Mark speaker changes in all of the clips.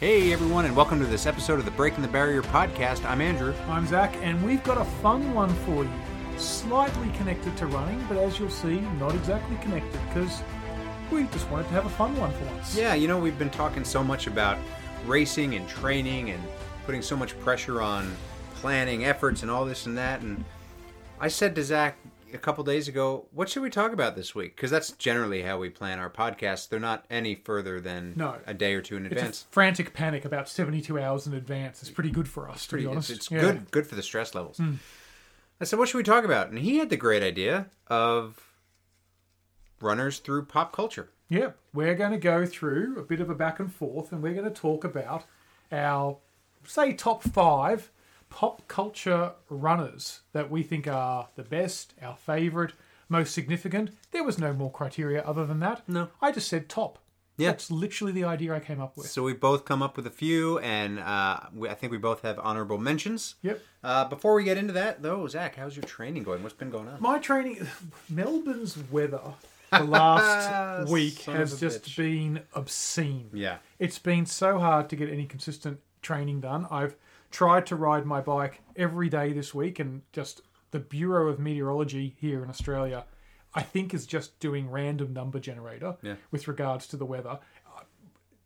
Speaker 1: Hey everyone, and welcome to this episode of the Breaking the Barrier podcast. I'm Andrew.
Speaker 2: I'm Zach, and we've got a fun one for you. Slightly connected to running, but as you'll see, not exactly connected because we just wanted to have a fun one for once.
Speaker 1: Yeah, you know, we've been talking so much about racing and training and putting so much pressure on planning efforts and all this and that. And I said to Zach a couple days ago, what should we talk about this week? Because that's generally how we plan our podcasts. They're not any further than
Speaker 2: No.
Speaker 1: a day or two in
Speaker 2: It's a
Speaker 1: advance.
Speaker 2: frantic panic about 72 hours in advance. It's pretty good for us, to
Speaker 1: pretty-
Speaker 2: be
Speaker 1: it's-
Speaker 2: honest.
Speaker 1: It's,
Speaker 2: Yeah. Hmm.
Speaker 1: good good for the stress levels. I said, what should we talk about? And he had the great idea of runners through pop culture.
Speaker 2: Yeah, we're going to go through a bit of a back and forth, and we're going to talk about our, say, top five pop culture runners that we think are the best, our favourite, most significant. There was no more criteria other than that.
Speaker 1: No.
Speaker 2: I just said top.
Speaker 1: Yeah.
Speaker 2: That's literally the idea I came up with.
Speaker 1: So we both come up with a few, and uh, we, I think we both have honorable mentions.
Speaker 2: Yep.
Speaker 1: Uh, before we get into that, though, Zach, how's your training going? What's been going on?
Speaker 2: My training, Melbourne's weather the last week
Speaker 1: Son
Speaker 2: has
Speaker 1: of a
Speaker 2: just
Speaker 1: bitch.
Speaker 2: been obscene.
Speaker 1: Yeah.
Speaker 2: It's been so hard to get any consistent training done. I've tried to ride my bike every day this week, and just the Bureau of Meteorology here in Australia, I think, is just doing random number generator
Speaker 1: Yeah.
Speaker 2: with regards to the weather.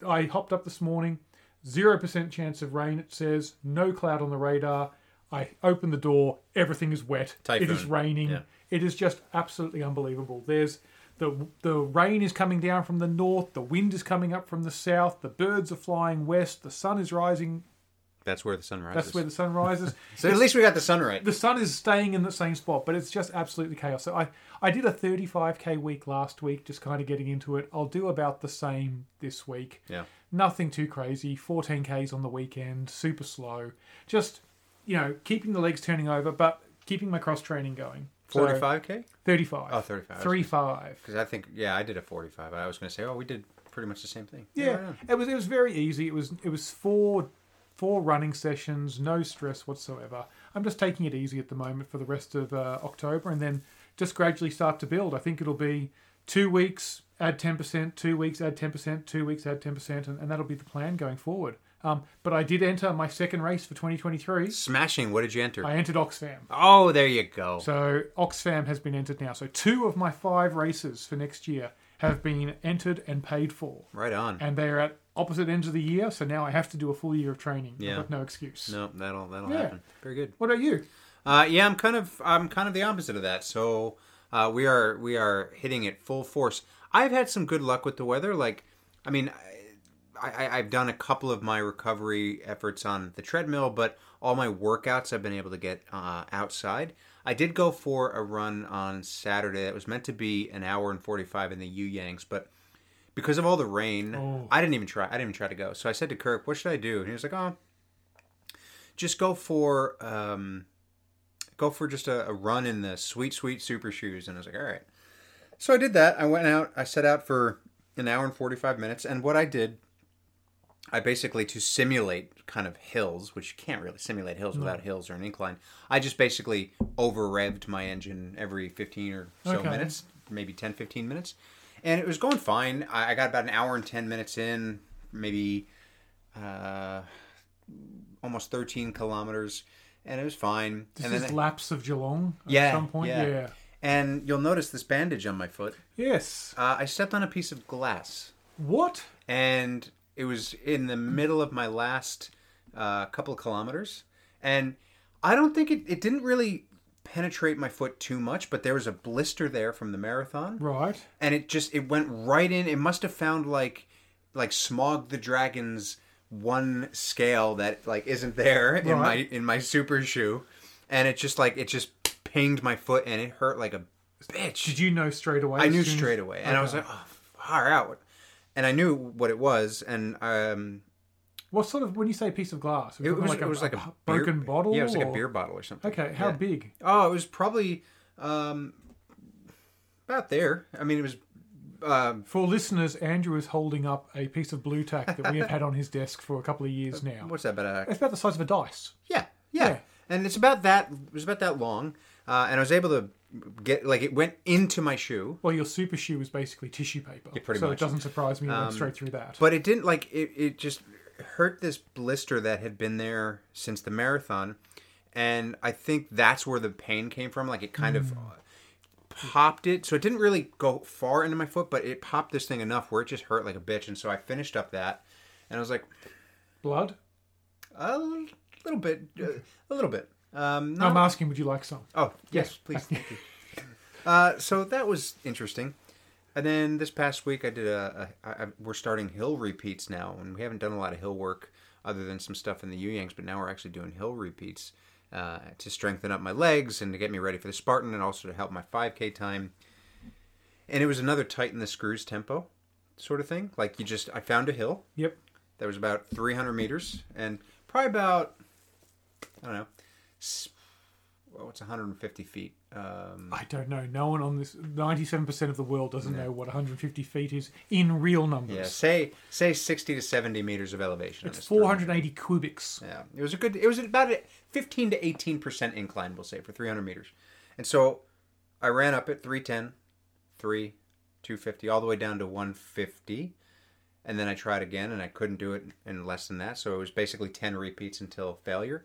Speaker 2: I hopped up this morning, 0% chance of rain, it says, no cloud on the radar. I open the door, everything is wet. It is
Speaker 1: Typhoon.
Speaker 2: raining.
Speaker 1: Yeah.
Speaker 2: It is just absolutely unbelievable. There's the the rain is coming down from the north, the wind is coming up from the south, the birds are flying west, the sun is rising.
Speaker 1: That's where the sun rises.
Speaker 2: That's where the sun rises.
Speaker 1: so at least we got the sun right.
Speaker 2: the sun is staying in the same spot, but it's just absolutely chaos. So I I did a 35k week last week, just kind of getting into it. I'll do about the same this week.
Speaker 1: Yeah.
Speaker 2: Nothing too crazy. 14Ks on the weekend, super slow. Just, you know, keeping the legs turning over, but keeping my cross training going. So,
Speaker 1: 45K?
Speaker 2: 35.
Speaker 1: Oh, 35.
Speaker 2: 3 5.
Speaker 1: Because I think, yeah, I did a 45. I was going to say, oh, we did pretty much the same thing.
Speaker 2: Yeah. It was it was very easy. It was it was four four running sessions, no stress whatsoever. I'm just taking it easy at the moment for the rest of uh, October and then just gradually start to build. I think it'll be 2 weeks add 10%, 2 weeks add 10%, 2 weeks add 10% and, and that'll be the plan going forward. Um, but I did enter my second race for 2023.
Speaker 1: Smashing. What did you enter?
Speaker 2: I entered Oxfam.
Speaker 1: Oh, there you go.
Speaker 2: So Oxfam has been entered now. So two of my five races for next year have been entered and paid for.
Speaker 1: right on.
Speaker 2: And they're at opposite ends of the year, so now I have to do a full year of training.
Speaker 1: Yeah.
Speaker 2: I've got no excuse.
Speaker 1: No, that'll that'll
Speaker 2: Yeah.
Speaker 1: happen. Very good.
Speaker 2: What about you?
Speaker 1: Uh, yeah, I'm kind of I'm kind of the opposite of that. So uh, we are we are hitting it full force. I've had some good luck with the weather. Like, I mean, I, I, I've done a couple of my recovery efforts on the treadmill, but all my workouts I've been able to get uh, outside. I did go for a run on Saturday. It was meant to be an hour and forty five in the Yu Yangs, but because of all the rain,
Speaker 2: Oh.
Speaker 1: I didn't even try. I didn't even try to go. So I said to Kirk, "What should I do?" And he was like, "Oh, just go for um, go for just a, a run in the sweet, sweet super shoes." And I was like, "All right." So I did that. I went out. I set out for an hour and forty five minutes. And what I did, I basically to simulate kind of hills, which you can't really simulate hills without hills or an incline. I just basically over revved my engine every fifteen or so
Speaker 2: Okay.
Speaker 1: minutes, maybe 10, 15 minutes, and it was going fine. I, I got about an hour and ten minutes in, maybe uh, almost thirteen kilometers, and it was fine.
Speaker 2: This
Speaker 1: and
Speaker 2: is laps of Geelong at
Speaker 1: yeah,
Speaker 2: some point.
Speaker 1: yeah.
Speaker 2: Yeah.
Speaker 1: and you'll notice this bandage on my foot.
Speaker 2: Yes.
Speaker 1: Uh, I stepped on a piece of glass,
Speaker 2: What?
Speaker 1: and it was in the middle of my last uh, couple of kilometers. And I don't think it, it didn't really penetrate my foot too much, but there was a blister there from the marathon,
Speaker 2: Right.
Speaker 1: and it just it went right in. It must have found like like Smog the Dragon's one scale that like isn't there in my
Speaker 2: Right.
Speaker 1: in my super shoe, and it just like it just pinged my foot, and it hurt like a bitch.
Speaker 2: Did you know straight away?
Speaker 1: I
Speaker 2: as
Speaker 1: knew
Speaker 2: soon as-
Speaker 1: straight away, and I was
Speaker 2: Okay.
Speaker 1: like, "Oh, far out," and I knew what it was, and um,
Speaker 2: What sort of, when you say piece of glass,
Speaker 1: it
Speaker 2: talking
Speaker 1: was
Speaker 2: like
Speaker 1: it was
Speaker 2: a,
Speaker 1: like a,
Speaker 2: a
Speaker 1: beer-
Speaker 2: broken bottle?
Speaker 1: Yeah, it was like a
Speaker 2: or-
Speaker 1: beer bottle or something.
Speaker 2: Okay, how
Speaker 1: Yeah.
Speaker 2: big?
Speaker 1: Oh, it was probably um, about there. I mean, it was. Um,
Speaker 2: For listeners, Andrew is holding up a piece of blue tack that we have had on his desk for a couple of years now.
Speaker 1: what's that? About a,
Speaker 2: It's about the size of a dice.
Speaker 1: yeah, yeah,
Speaker 2: Yeah.
Speaker 1: and it's about that. It was about that long, uh, and I was able to get like it went into my shoe,
Speaker 2: Well, your super shoe is basically tissue paper.
Speaker 1: pretty
Speaker 2: so
Speaker 1: much. Um,
Speaker 2: it doesn't surprise me it went straight through that.
Speaker 1: But it didn't like it. It just hurt this blister that had been there since the marathon, and I think that's where the pain came from. Like it kind of uh, popped it, so it didn't really go far into my foot, but it popped this thing enough where it just hurt like a bitch. And so I finished up that, and I was like,
Speaker 2: Blood?
Speaker 1: a little bit, uh, a little bit. Um,
Speaker 2: No,
Speaker 1: not-
Speaker 2: I'm asking, would you like some?
Speaker 1: oh yes, please. Thank you. Uh, so that was interesting. And then this past week, I did a, a, I, I- we're starting hill repeats now, and we haven't done a lot of hill work other than some stuff in the Yu Yangs, but now we're actually doing hill repeats uh, to strengthen up my legs and to get me ready for the Spartan, and also to help my 5K time. And it was another tighten the screws tempo sort of thing. Like you just, I found a hill
Speaker 2: Yep.
Speaker 1: that was about 300 meters and probably about i don't know s- well, it's 150 feet um,
Speaker 2: I don't know. No one on this, 97% of the world doesn't know what 150 feet is in real numbers.
Speaker 1: yeah say say 60 to 70 meters of elevation on
Speaker 2: It's
Speaker 1: this three-
Speaker 2: 480 cubics.
Speaker 1: yeah it was a good it was about a 15 to 18 percent incline we'll say for 300 meters and so i ran up at 310 3 250 all the way down to 150 and then i tried again and i couldn't do it in less than that so it was basically 10 repeats until failure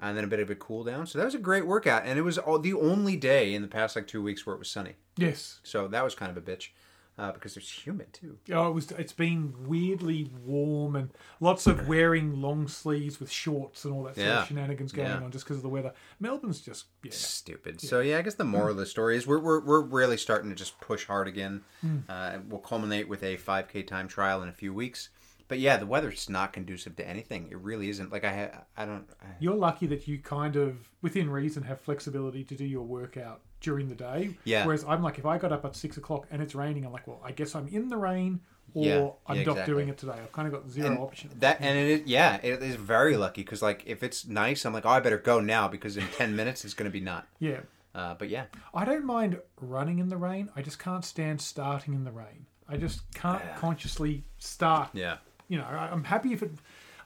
Speaker 1: and then a bit of a cool down so that was a great workout and it was all, the only day in the past like two weeks where it was sunny
Speaker 2: Yes.
Speaker 1: so that was kind of a bitch uh, because it's humid too
Speaker 2: Oh, it was. It's been weirdly warm and lots of wearing long sleeves with shorts and all that sort
Speaker 1: Yeah.
Speaker 2: of shenanigans going
Speaker 1: Yeah.
Speaker 2: on just because of the weather. Melbourne's just yeah.
Speaker 1: stupid. So yeah, I guess the moral of the story is we're we're, we're really starting to just push hard again.
Speaker 2: Hmm.
Speaker 1: Uh, we'll culminate with a 5K time trial in a few weeks. But yeah, the weather's not conducive to anything. It really isn't. Like I ha- I don't. I,
Speaker 2: You're lucky that you kind of within reason have flexibility to do your workout during the day.
Speaker 1: Yeah.
Speaker 2: Whereas I'm like, if I got up at six o'clock and it's raining, I'm like, well, I guess I'm in the rain or
Speaker 1: Yeah.
Speaker 2: I'm
Speaker 1: Yeah,
Speaker 2: not
Speaker 1: exactly.
Speaker 2: doing it today. I've kind of got zero options.
Speaker 1: that and it is yeah it is very lucky because like if it's nice I'm like oh I better go now because in 10 minutes it's gonna be not
Speaker 2: yeah.
Speaker 1: uh, but yeah
Speaker 2: I don't mind running in the rain. I just can't stand starting in the rain. I just can't
Speaker 1: Yeah.
Speaker 2: consciously start
Speaker 1: yeah
Speaker 2: you know, I- I'm happy if it.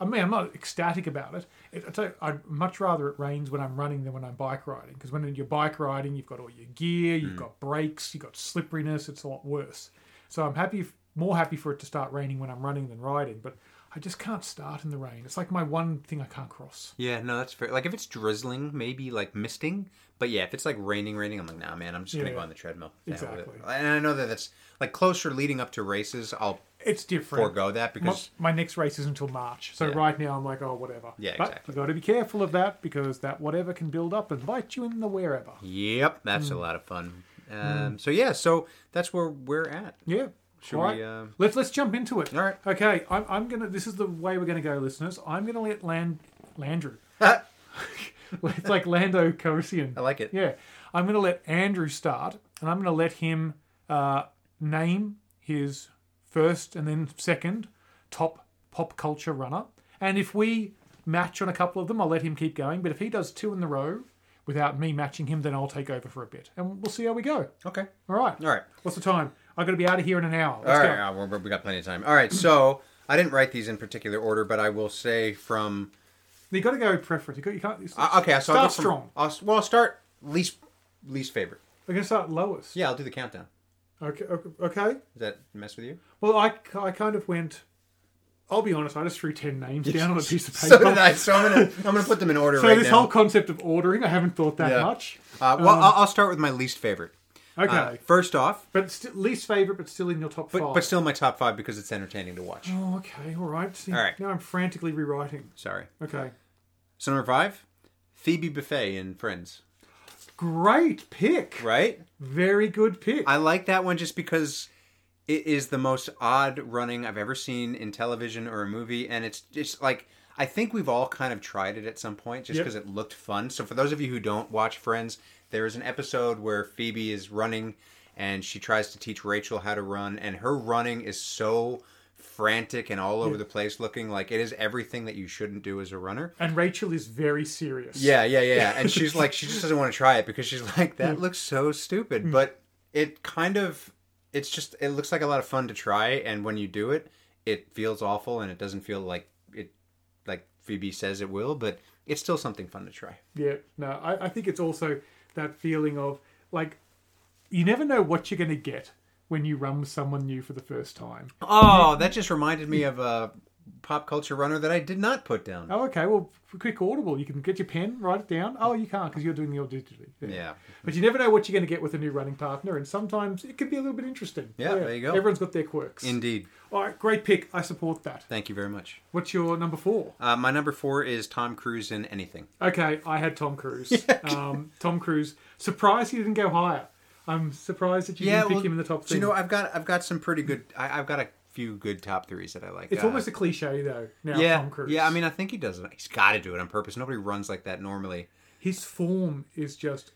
Speaker 2: I mean, I'm not ecstatic about it. it I tell you, I'd much rather it rains when I'm running than when I'm bike riding. Because when you're bike riding, you've got all your gear,
Speaker 1: Mm.
Speaker 2: you've got brakes, you've got slipperiness. It's a lot worse. So I'm happy, if, more happy for it to start raining when I'm running than riding. But I just can't start in the rain. It's like my one thing I can't cross.
Speaker 1: yeah no that's fair like if it's drizzling maybe like misting but yeah if it's like raining raining I'm like nah man I'm just gonna
Speaker 2: Yeah.
Speaker 1: go on the treadmill The hell with it.
Speaker 2: Exactly.
Speaker 1: and I know that that's like closer leading up to races I'll
Speaker 2: It's different.
Speaker 1: forego that
Speaker 2: my,
Speaker 1: because
Speaker 2: my next race is until March. So
Speaker 1: Yeah.
Speaker 2: right now I'm like, oh, whatever.
Speaker 1: Yeah,
Speaker 2: but
Speaker 1: exactly.
Speaker 2: you got to be careful of that because that whatever can build up and bite you in the wherever.
Speaker 1: Yep, that's a
Speaker 2: Hmm.
Speaker 1: lot of fun. Um, So yeah, so that's where we're at.
Speaker 2: Yeah.
Speaker 1: Should
Speaker 2: all right.
Speaker 1: we, uh,
Speaker 2: Let's let's jump into it.
Speaker 1: All right.
Speaker 2: Okay. I'm, I'm gonna. This is the way we're gonna go, listeners. I'm gonna let Land Landrew. it's like Lando Calrissian.
Speaker 1: I like it.
Speaker 2: Yeah. I'm gonna let Andrew start, and I'm gonna let him uh, name his first and then second top pop culture runner. And if we match on a couple of them, I'll let him keep going. But if he does two in the row without me matching him, then I'll take over for a bit, and we'll see how we go.
Speaker 1: Okay.
Speaker 2: All right.
Speaker 1: All right.
Speaker 2: What's the time? I've got to be out of here in an hour.
Speaker 1: All
Speaker 2: Let's
Speaker 1: right. uh, we're- we got plenty of time. All right. So I didn't write these in particular order, but I will say from
Speaker 2: go. You got to go preference. You, got, you can't.
Speaker 1: uh, okay. So I'll go
Speaker 2: start
Speaker 1: from-
Speaker 2: strong.
Speaker 1: I'll, well, I'll start least least favorite.
Speaker 2: We're going to start lowest.
Speaker 1: Yeah, I'll do the countdown.
Speaker 2: Okay. okay- Okay.
Speaker 1: Does that mess with you?
Speaker 2: Well, I, I kind of went. I'll be honest. I just threw ten names down on a piece of paper.
Speaker 1: So did I. So I'm gonna I'm gonna put them in order
Speaker 2: So
Speaker 1: right
Speaker 2: this
Speaker 1: now.
Speaker 2: whole concept of ordering, I haven't thought that
Speaker 1: Yeah.
Speaker 2: much.
Speaker 1: uh, well, I'll, I'll start with my least favorite.
Speaker 2: Okay.
Speaker 1: Uh, first off,
Speaker 2: but st- least favorite, but still in your top
Speaker 1: but,
Speaker 2: five.
Speaker 1: but still my top five because it's entertaining to watch.
Speaker 2: oh, okay. All right. See,
Speaker 1: All right.
Speaker 2: Now I'm frantically rewriting.
Speaker 1: Sorry.
Speaker 2: Okay.
Speaker 1: So number five, Phoebe Buffet in Friends.
Speaker 2: Great pick.
Speaker 1: Right.
Speaker 2: Very good pick.
Speaker 1: I like that one just because it is the most odd running I've ever seen in television or a movie, and it's just like I think we've all kind of tried it at some point just
Speaker 2: Yep.
Speaker 1: because it looked fun. So for those of you who don't watch Friends, there is an episode where Phoebe is running and she tries to teach Rachel how to run, and her running is so frantic and all over the place looking like it is everything that you shouldn't do as a runner.
Speaker 2: and Rachel is very serious.
Speaker 1: Yeah, yeah, yeah. yeah. And she's like, she just doesn't want to try it because she's like,
Speaker 2: Mm.
Speaker 1: that looks so stupid. But it kind of, it's just, it looks like a lot of fun to try. And when you do it, it feels awful and it doesn't feel like it, like Phoebe says it will, but it's still something fun to try.
Speaker 2: Yeah, no, I, I think it's also that feeling of like you never know what you're going to get when you run with someone new for the first time.
Speaker 1: Oh, that just reminded me of a pop culture runner that I did not put down.
Speaker 2: Oh, okay. Well, f- quick audible. You can get your pen, write it down. Oh, you can't because you're doing the all digitally.
Speaker 1: Yeah.
Speaker 2: But you never know what you're going to get with a new running partner, and sometimes it can be a little bit interesting.
Speaker 1: Yeah, there you go.
Speaker 2: Everyone's got their quirks.
Speaker 1: Indeed.
Speaker 2: All right, great pick. I support that.
Speaker 1: Thank you very much.
Speaker 2: What's your number four?
Speaker 1: Uh, my number four is Tom Cruise in anything.
Speaker 2: Okay, I had Tom Cruise. um, Tom Cruise. Surprised he didn't go higher. I'm surprised that you didn't pick him in the top
Speaker 1: do
Speaker 2: three.
Speaker 1: You know, I've got I've got some pretty good. I, I've got a few good top threes that I like.
Speaker 2: it's
Speaker 1: Uh,
Speaker 2: almost a cliche though. Now,
Speaker 1: yeah,
Speaker 2: Tom Cruise.
Speaker 1: yeah. I mean, I think he does it. He's got to do it on purpose. Nobody runs like that normally.
Speaker 2: his form is just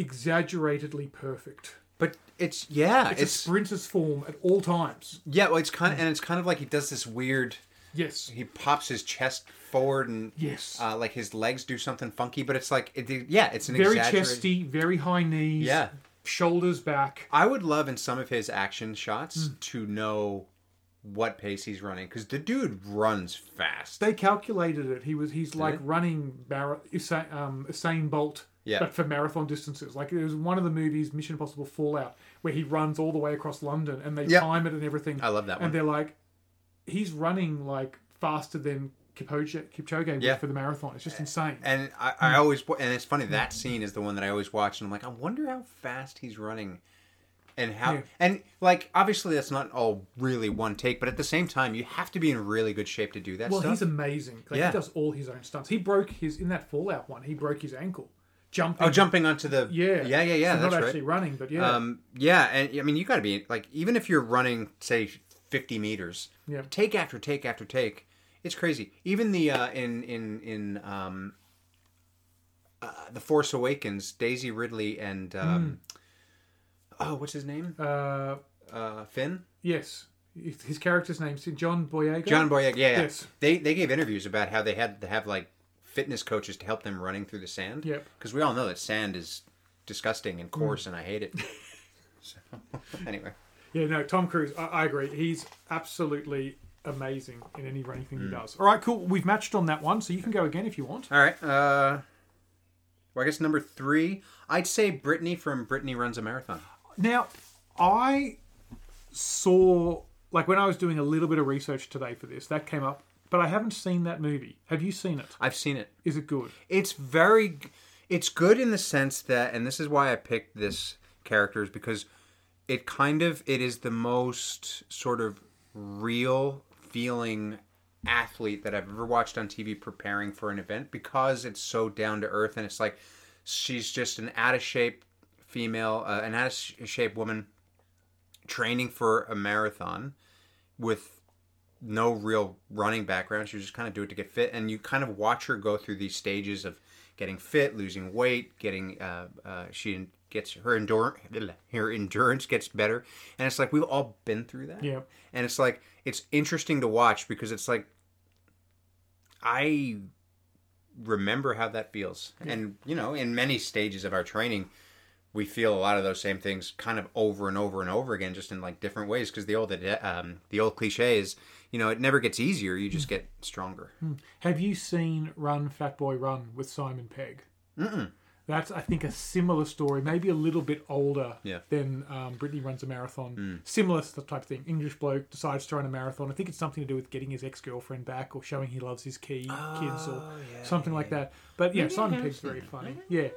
Speaker 2: exaggeratedly perfect.
Speaker 1: But it's yeah,
Speaker 2: It's,
Speaker 1: it's,
Speaker 2: a sprinter's form at all times.
Speaker 1: yeah. Well, it's kind of, and it's kind of like he does this weird.
Speaker 2: Yes.
Speaker 1: He pops his chest forward and
Speaker 2: Yes.
Speaker 1: uh, like his legs do something funky. But it's like it, yeah, it's an
Speaker 2: very
Speaker 1: exaggerated-
Speaker 2: chesty, very high knees.
Speaker 1: Yeah.
Speaker 2: Shoulders back.
Speaker 1: I would love in some of his action shots
Speaker 2: Hmm.
Speaker 1: to know what pace he's running because the dude runs fast.
Speaker 2: They calculated it. He was he's like
Speaker 1: they?
Speaker 2: running Mara, Usain, um, Usain Bolt,
Speaker 1: Yeah.
Speaker 2: but for marathon distances. Like it was one of the movies, Mission Impossible Fallout, where he runs all the way across London and they
Speaker 1: Yeah.
Speaker 2: time it and everything.
Speaker 1: I love that one.
Speaker 2: And they're like, he's running like faster than Kipchoge, Kipchoge would
Speaker 1: Yeah.
Speaker 2: for the marathon. It's just insane.
Speaker 1: And I, I
Speaker 2: Hmm.
Speaker 1: always and it's funny that scene is the one that I always watch and I'm like I wonder how fast he's running, and how
Speaker 2: Yeah.
Speaker 1: and like obviously that's not all really one take, but at the same time you have to be in really good shape to do that
Speaker 2: Well,
Speaker 1: stuff.
Speaker 2: he's amazing. Like,
Speaker 1: Yeah.
Speaker 2: He does all his own stunts. He broke his in that Fallout one. He broke his ankle jumping.
Speaker 1: oh, jumping onto the
Speaker 2: Yeah,
Speaker 1: yeah yeah yeah
Speaker 2: So
Speaker 1: that's
Speaker 2: not
Speaker 1: right.
Speaker 2: actually running, but yeah,
Speaker 1: Um, yeah, and I mean you got to be like even if you're running say 50 meters,
Speaker 2: Yeah.
Speaker 1: take after take after take, it's crazy. Even the uh, in in in um, uh, the Force Awakens, Daisy Ridley and um, oh what's his name?
Speaker 2: uh,
Speaker 1: uh, Finn,
Speaker 2: yes. His his character's name John Boyega.
Speaker 1: John Boyega. Yeah, yeah.
Speaker 2: Yes.
Speaker 1: They they gave interviews about how they had to have like fitness coaches to help them running through the sand.
Speaker 2: Yep.
Speaker 1: Because we all know that sand is disgusting and coarse, and I hate it. so, anyway,
Speaker 2: Yeah, no, Tom Cruise. I, I agree. He's absolutely amazing in any running thing he does. All right, cool. We've matched on that one, so you can go again if you want.
Speaker 1: all right. Uh, well, I guess number three, I'd say Brittany from Brittany Runs a Marathon.
Speaker 2: Now, I saw like when I was doing a little bit of research today for this, that came up, but I haven't seen that movie. Have you seen it?
Speaker 1: I've seen it.
Speaker 2: Is it good?
Speaker 1: It's very, it's good in the sense that, and this is why I picked this character is because it kind of it is the most sort of real feeling athlete that I've ever watched on TV preparing for an event because it's so down to earth and it's like she's just an out of shape female, uh, an out of sh- shape woman training for a marathon with no real running background. She was just kind of do it to get fit, and you kind of watch her go through these stages of getting fit, losing weight, getting. Uh, uh, she gets her endurance. Her endurance gets better, and it's like we've all been through that.
Speaker 2: Yeah.
Speaker 1: and it's like it's interesting to watch because it's like I remember how that feels, and you know, in many stages of our training. We feel a lot of those same things kind of over and over and over again, just in like different ways. Because the old um, the old cliche is, you know, it never gets easier; you just get stronger.
Speaker 2: Have you seen Run Fat Boy Run with Simon Pegg? Mm-mm. That's I think a similar story, maybe a little bit older
Speaker 1: Yeah. Mm.
Speaker 2: than um, Brittany runs a marathon. Similar s- type thing. English bloke decides to run a marathon. I think it's something to do with getting his ex girlfriend back or showing he loves his key kids
Speaker 1: Oh,
Speaker 2: or something like that. But yeah, Simon Pegg's very funny. Yeah,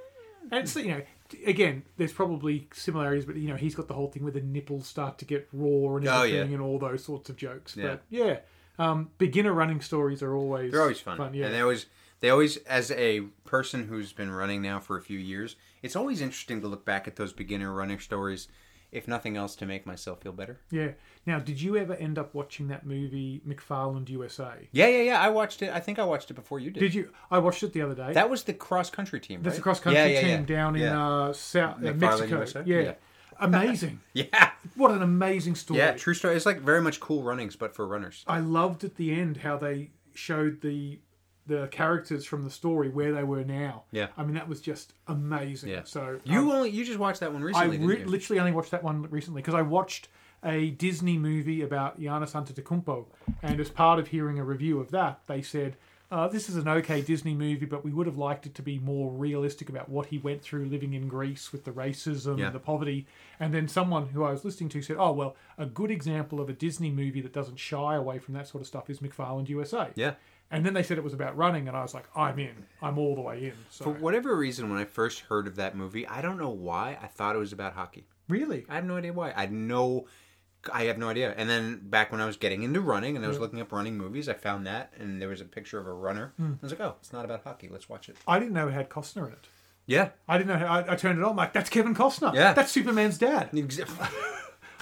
Speaker 2: and so you know. t- Again, there's probably similarities, but you know he's got the whole thing where the nipples start to get raw and everything,
Speaker 1: Oh, yeah.
Speaker 2: and all those sorts of jokes.
Speaker 1: Yeah.
Speaker 2: But yeah, um, beginner running stories are always
Speaker 1: They're always fun,
Speaker 2: yeah.
Speaker 1: and they always they always as a person who's been running now for a few years, it's always interesting to look back at those beginner running stories, if nothing else, to make myself feel better.
Speaker 2: Yeah. Now, did you ever end up watching that movie McFarland USA?
Speaker 1: Yeah, yeah, yeah. I watched it. I think I watched it before you did.
Speaker 2: Did you? I watched it the other day.
Speaker 1: that was the cross country team.
Speaker 2: That's
Speaker 1: right?
Speaker 2: a cross country
Speaker 1: Yeah, yeah,
Speaker 2: team
Speaker 1: yeah.
Speaker 2: down in
Speaker 1: yeah.
Speaker 2: uh, South uh,
Speaker 1: McFarland
Speaker 2: Mexico.
Speaker 1: USA?
Speaker 2: Yeah.
Speaker 1: Yeah.
Speaker 2: Amazing.
Speaker 1: yeah,
Speaker 2: What an amazing story.
Speaker 1: yeah. True story. It's like very much cool runnings, but for runners.
Speaker 2: I loved at the end how they showed the the characters from the story where they were now.
Speaker 1: Yeah.
Speaker 2: I mean, that was just amazing.
Speaker 1: Yeah.
Speaker 2: So um,
Speaker 1: You only you just watched that one
Speaker 2: I
Speaker 1: recently.
Speaker 2: re-
Speaker 1: didn't you?
Speaker 2: literally only watched that one recently because I watched a Disney movie about Giannis Antetokounmpo, and as part of hearing a review of that, they said uh, this is an okay Disney movie, but we would have liked it to be more realistic about what he went through living in Greece with the racism,
Speaker 1: Yeah.
Speaker 2: the poverty. And then someone who I was listening to said, oh, well, a good example of a Disney movie that doesn't shy away from that sort of stuff is McFarland USA.
Speaker 1: Yeah.
Speaker 2: And then they said it was about running, and I was like, I'm in. I'm all the way in. So
Speaker 1: For whatever reason, when I first heard of that movie, I don't know why I thought it was about hockey.
Speaker 2: really,
Speaker 1: I have no idea why. I had no, I have no idea. And then back when I was getting into running and I was looking up running movies, I found that and there was a picture of a runner.
Speaker 2: Hmm.
Speaker 1: I was like, oh, it's not about hockey. Let's watch it.
Speaker 2: I didn't know it had Costner in it.
Speaker 1: Yeah.
Speaker 2: I didn't know. How, I, I turned it on. I'm like, that's Kevin Costner.
Speaker 1: Yeah.
Speaker 2: That's Superman's dad.
Speaker 1: there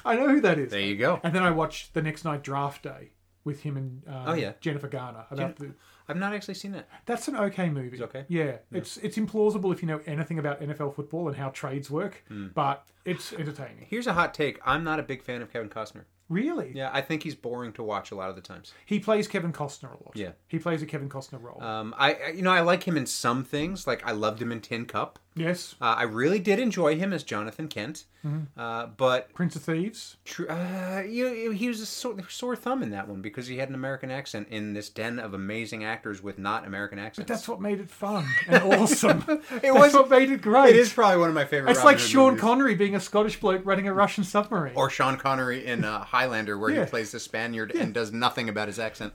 Speaker 2: I know who that is.
Speaker 1: you go.
Speaker 2: And then I watched the next night draft day with him and um,
Speaker 1: Oh, yeah.
Speaker 2: Jennifer Garner. About the,
Speaker 1: I've not actually seen that.
Speaker 2: that's an okay movie. It's
Speaker 1: okay?
Speaker 2: Yeah, it's it's implausible if you know anything about NFL football and how trades work,
Speaker 1: Hmm.
Speaker 2: but it's entertaining.
Speaker 1: Here's a hot take. I'm not a big fan of Kevin Costner.
Speaker 2: Really,
Speaker 1: Yeah, I think he's boring to watch a lot of the times.
Speaker 2: he plays Kevin Costner a lot.
Speaker 1: Yeah.
Speaker 2: he plays a Kevin Costner role.
Speaker 1: Um, I, I- you know, I like him in some things. Like I loved him in Tin Cup.
Speaker 2: yes,
Speaker 1: Uh, I really did enjoy him as Jonathan Kent.
Speaker 2: Mm-hmm.
Speaker 1: Uh, but
Speaker 2: Prince of Thieves.
Speaker 1: True. Uh, you, you- he was a sore, sore thumb in that one because he had an American accent in this den of amazing actors with not American accents.
Speaker 2: That's what made it fun and awesome. it was
Speaker 1: was-
Speaker 2: what made it
Speaker 1: it
Speaker 2: great.
Speaker 1: is probably one of my favorite.
Speaker 2: It's
Speaker 1: Robin
Speaker 2: like
Speaker 1: Hood
Speaker 2: Sean
Speaker 1: movies.
Speaker 2: Connery being a Scottish bloke running a Russian submarine.
Speaker 1: or Sean Connery in uh, Highlander, where
Speaker 2: Yeah.
Speaker 1: he plays the Spaniard and does nothing about his accent.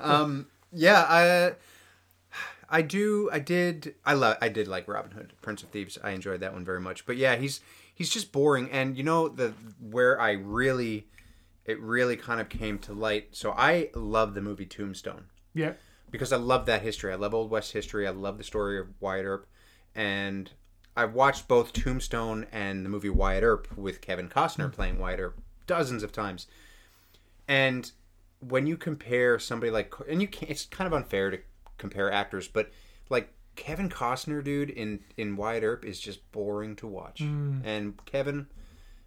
Speaker 1: um, yeah, I, I do. I did. I love. I did like Robin Hood, Prince of Thieves. I enjoyed that one very much. But yeah, he's he's just boring. And you know the where I really, it really kind of came to light. So I love the movie Tombstone.
Speaker 2: yeah,
Speaker 1: because I love that history. I love Old West history. I love the story of Wyatt Earp, and I've watched both Tombstone and the movie Wyatt Earp with Kevin Costner playing Wyatt Earp dozens of times. And when you compare somebody like, and you can't, it's kind of unfair to compare actors, but like Kevin Costner, dude, in in Wyatt Earp is just boring to watch. And Kevin,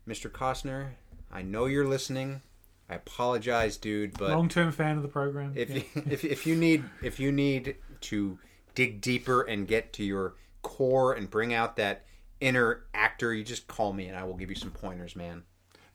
Speaker 1: Mr. Costner, I know you're listening. I apologize, dude, but
Speaker 2: long-term fan of the program.
Speaker 1: if
Speaker 2: Yeah.
Speaker 1: you, if if you need if you need to dig deeper and get to your core and bring out that inner actor, you just call me and I will give you some pointers, man.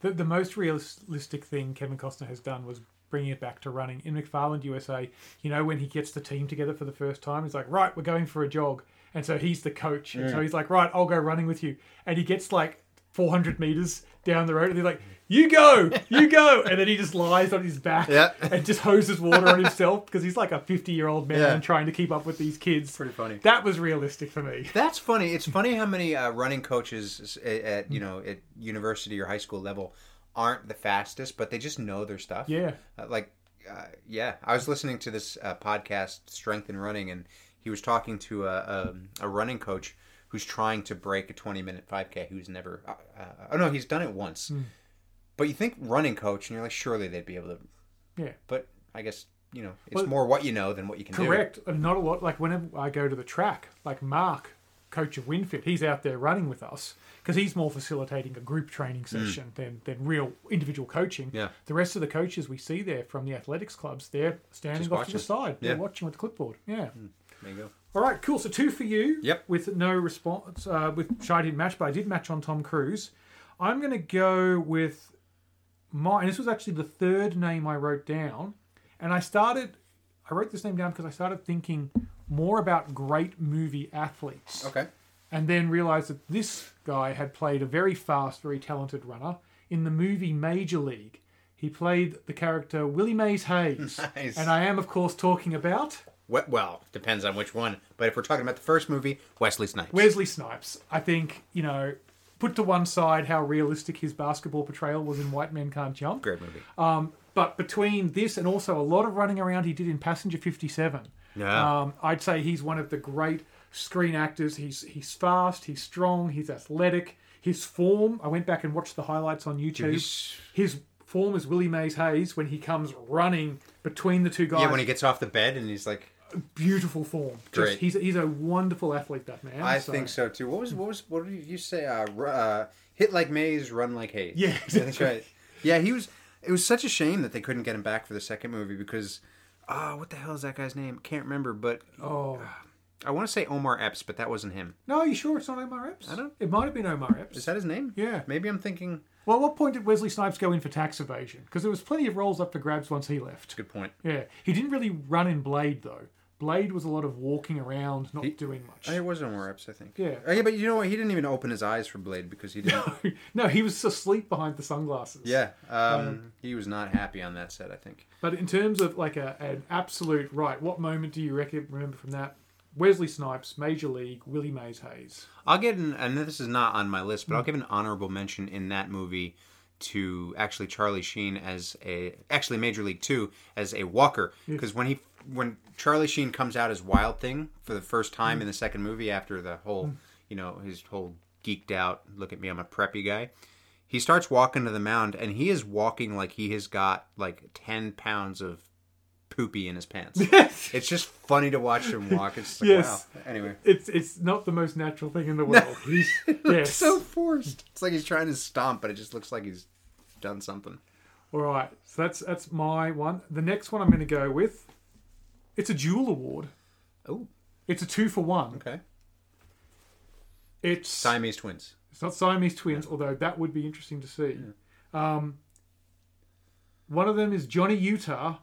Speaker 2: The, the most realistic thing Kevin Costner has done was bringing it back to running. In McFarland USA, you know, when he gets the team together for the first time, he's like, right, we're going for a jog. And so he's the coach.
Speaker 1: Mm.
Speaker 2: And so he's like, right, I'll go running with you. And he gets like 400 meters down the road and he's like, you go, you go. And then he just lies on his back
Speaker 1: Yeah.
Speaker 2: and just hoses water on himself because he's like a 50 year old man
Speaker 1: Yeah.
Speaker 2: trying to keep up with these kids.
Speaker 1: Pretty funny.
Speaker 2: That was realistic for me.
Speaker 1: That's funny. It's funny how many uh, running coaches at, at you know at university or high school level aren't the fastest, but they just know their stuff.
Speaker 2: Yeah.
Speaker 1: Uh, like uh, yeah i was listening to this uh, podcast strength and running and he was talking to a, a, a running coach who's trying to break a 20 minute 5k who's never uh, uh, oh no he's done it once
Speaker 2: Hmm.
Speaker 1: but you think running coach and you're like surely they'd be able to
Speaker 2: Yeah.
Speaker 1: but i guess you know it's
Speaker 2: Well-
Speaker 1: more what you know than what you can
Speaker 2: Correct. And not a lot. Like whenever I go to the track, like Mark, coach of WinFit, he's out there running with us because he's more facilitating a group training session than, than real individual coaching.
Speaker 1: Mm. Yeah.
Speaker 2: The rest of the coaches we see there from the athletics clubs, they're standing
Speaker 1: Just
Speaker 2: off to
Speaker 1: watching.
Speaker 2: the side. They're
Speaker 1: Yeah. Mm.
Speaker 2: watching with the clipboard. Yeah.
Speaker 1: do there you go
Speaker 2: All right, cool. So two for you.
Speaker 1: Yep.
Speaker 2: With no response, uh, with which I didn't match, but I did match on Tom Cruise. I'm going to go with my. And this was actually the third name I wrote down, and I started. I wrote this name down because I started thinking more about great movie athletes,
Speaker 1: okay
Speaker 2: and then realized that this guy had played a very fast, very talented runner in the movie Major League. He played the character Willie Mays Hayes,
Speaker 1: Nice.
Speaker 2: and I am, of course, talking about.
Speaker 1: well, well depends on which one but if we're talking about the first movie wesley snipes
Speaker 2: Wesley Snipes, I think, you know, put to one side how realistic his basketball portrayal was in White Men Can't Jump.
Speaker 1: great movie
Speaker 2: Uh, But between this and also a lot of running around he did in Passenger 57,
Speaker 1: Yeah.
Speaker 2: um, I'd say he's one of the great screen actors. He's, he's fast, he's strong, he's athletic. His form, I went back and watched the highlights on YouTube.
Speaker 1: he's-
Speaker 2: His form is Willie Mays Hayes when he comes running between the two guys.
Speaker 1: yeah when he gets off the bed and he's like
Speaker 2: Beautiful form. Just-
Speaker 1: Great.
Speaker 2: he's, he's a wonderful athlete, that man.
Speaker 1: I think so too. What was what was what did you say? Uh, ru- uh, hit like Mays, run like Hayes.
Speaker 2: Yeah,
Speaker 1: that's right. Yeah, he was. It was such a shame that they couldn't get him back for the second movie because, ah, what the hell is that guy's name? Can't remember. But
Speaker 2: Oh.
Speaker 1: I want to say Omar Epps, but that wasn't him.
Speaker 2: No, you sure it's not Omar Epps? I
Speaker 1: don't-
Speaker 2: It might have been Omar Epps.
Speaker 1: Is that his name?
Speaker 2: Yeah.
Speaker 1: Maybe I'm thinking.
Speaker 2: Well, at what point did Wesley Snipes go in for tax evasion? Because there was plenty of roles up for grabs once he left.
Speaker 1: Good point.
Speaker 2: Yeah, he didn't really run in Blade though. Blade was a lot of walking around, not doing much.
Speaker 1: It was no more ups, I think.
Speaker 2: Yeah.
Speaker 1: Oh, yeah, but you know what? He didn't even open his eyes for Blade because he didn't.
Speaker 2: no, he was asleep behind the sunglasses.
Speaker 1: yeah. Um, he was not happy on that set. I think.
Speaker 2: But in terms of like a, an absolute right, what moment do you reckon, remember from that? Wesley Snipes, Major League, Willie Mays Hayes.
Speaker 1: I'll get an, and this is not on my list, but I'll give an honorable mention in that movie to actually Charlie Sheen as a actually Major League Two as a walker because when he when Charlie Sheen comes out as Wild Thing for the first time in the second movie after the whole you know his whole geeked out look at me I'm a preppy guy he starts walking to the mound and he is walking like he has got like 10 pounds of poopy in his pants it's just funny to watch him walk it's just like
Speaker 2: Yes.
Speaker 1: wow anyway
Speaker 2: It's it's not the most natural thing in the world. He's, yes.
Speaker 1: so forced. It's like he's trying to stomp, but it just looks like he's done something.
Speaker 2: All right. So that's that's my one. The next one I'm going to go with. It's a dual award.
Speaker 1: Oh,
Speaker 2: It's a two for one.
Speaker 1: okay.
Speaker 2: It's
Speaker 1: Siamese twins.
Speaker 2: It's not Siamese twins, although that would be interesting to see. Um, one of them is Johnny Utah.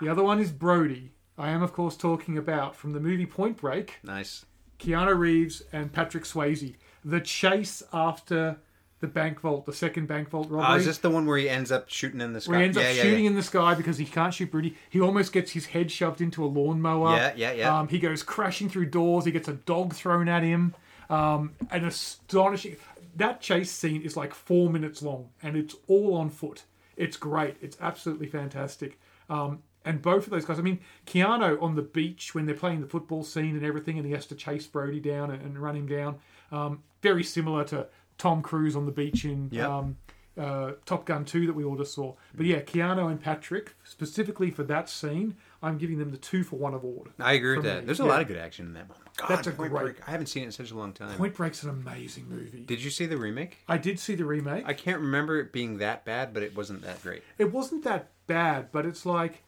Speaker 2: The other one is Brody. I am, of course, talking about from the movie Point Break,
Speaker 1: Nice.
Speaker 2: Keanu Reeves and Patrick Swayze. The chase after the bank vault, the second bank vault
Speaker 1: Oh,
Speaker 2: robbery.
Speaker 1: is this the one where he ends up shooting in the sky?
Speaker 2: where he ends
Speaker 1: yeah,
Speaker 2: up
Speaker 1: yeah,
Speaker 2: shooting
Speaker 1: yeah.
Speaker 2: in the sky because he can't shoot Brody. He almost gets his head shoved into a lawnmower.
Speaker 1: Yeah, yeah, yeah.
Speaker 2: Um, he goes crashing through doors. He gets a dog thrown at him. Um, an astonishing. That chase scene is like four minutes long, and it's all on foot. It's great. It's absolutely fantastic. Um, and both of those guys. I mean, Keanu on the beach when they're playing the football scene and everything, and he has to chase Brody down and, and run him down. Um, very similar to Tom Cruise on the beach in
Speaker 1: Yeah.
Speaker 2: um, uh, Top Gun 2 that we all just saw. But yeah, Keanu and Patrick, specifically for that scene, I'm giving them the two for one award.
Speaker 1: I agree with
Speaker 2: From
Speaker 1: that.
Speaker 2: the-
Speaker 1: There's a
Speaker 2: yeah.
Speaker 1: lot of good action in that one. God,
Speaker 2: That's a
Speaker 1: Point
Speaker 2: great-
Speaker 1: Break. I haven't seen it in such a long time.
Speaker 2: Point Break's an amazing movie.
Speaker 1: Did you see the remake?
Speaker 2: I did see the remake.
Speaker 1: I can't remember it being that bad, but it wasn't that great.
Speaker 2: It wasn't that bad, but it's like,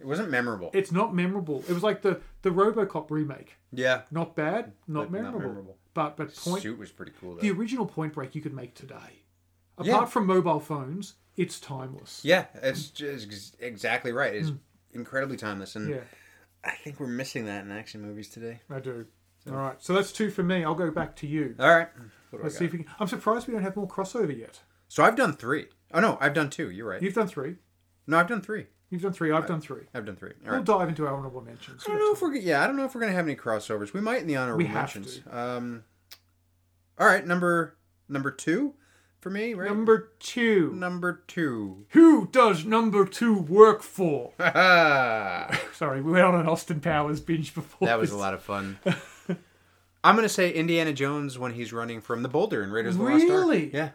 Speaker 1: It wasn't memorable.
Speaker 2: it's not memorable. It was like the, the Robocop remake.
Speaker 1: yeah.
Speaker 2: Not bad,
Speaker 1: But not
Speaker 2: not, memorable.
Speaker 1: memorable.
Speaker 2: But, but Point
Speaker 1: Suit was pretty cool though.
Speaker 2: the original Point Break you could make today. Apart
Speaker 1: Yeah.
Speaker 2: from mobile phones, it's timeless.
Speaker 1: yeah, it's just ex- exactly right. It's incredibly timeless, and
Speaker 2: Hmm. Yeah,
Speaker 1: I think we're missing that in action movies today.
Speaker 2: I do. All right, so that's two for me. I'll go back to you.
Speaker 1: All right. What do I
Speaker 2: Let's
Speaker 1: got?
Speaker 2: see if we can. I'm surprised we don't have more crossover yet.
Speaker 1: So I've done three. Oh no, I've done two. You're right.
Speaker 2: You've done three.
Speaker 1: No, I've done three.
Speaker 2: You've done three. I've done three.
Speaker 1: I've done three. All
Speaker 2: We'll
Speaker 1: right.
Speaker 2: dive into our honorable mentions.
Speaker 1: I don't know if we're yeah. I don't know if we're gonna have any crossovers. We might in the honorable
Speaker 2: We have
Speaker 1: mentions. Um. All right, number number two for me. Right.
Speaker 2: Number two.
Speaker 1: Number two.
Speaker 2: Who does number two work for?
Speaker 1: that
Speaker 2: Sorry, we went on an Austin Powers binge before.
Speaker 1: was a
Speaker 2: this.
Speaker 1: lot of fun. I'm gonna say Indiana Jones when he's running from the boulder in Raiders of the Lost Ark.
Speaker 2: Really?
Speaker 1: Yeah.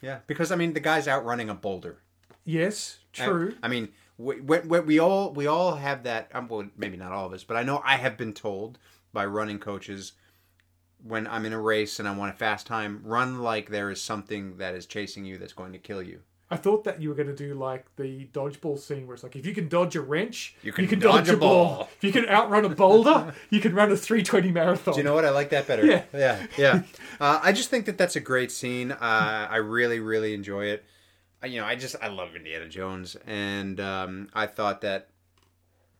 Speaker 1: Yeah. Because I mean, the guy's out running a boulder.
Speaker 2: Yes,
Speaker 1: I-
Speaker 2: true.
Speaker 1: I, mean, we, we, we- we all we all have that. Um, well, maybe not all of us, but I know I have been told by running coaches when I'm in a race and I want a fast time, run like there is something that is chasing you that's going to kill you.
Speaker 2: I thought that you were going to do like the dodgeball scene where it's like if you can dodge a wrench,
Speaker 1: You can dodge a ball.
Speaker 2: If you can outrun a boulder, you can run a 320 marathon.
Speaker 1: Do you know what? I like that better.
Speaker 2: Oh. Yeah.
Speaker 1: yeah, yeah. Uh, I just think that that's a great scene. Uh, I really, really enjoy it. I, you know, I just I love Indiana Jones, and um, I thought that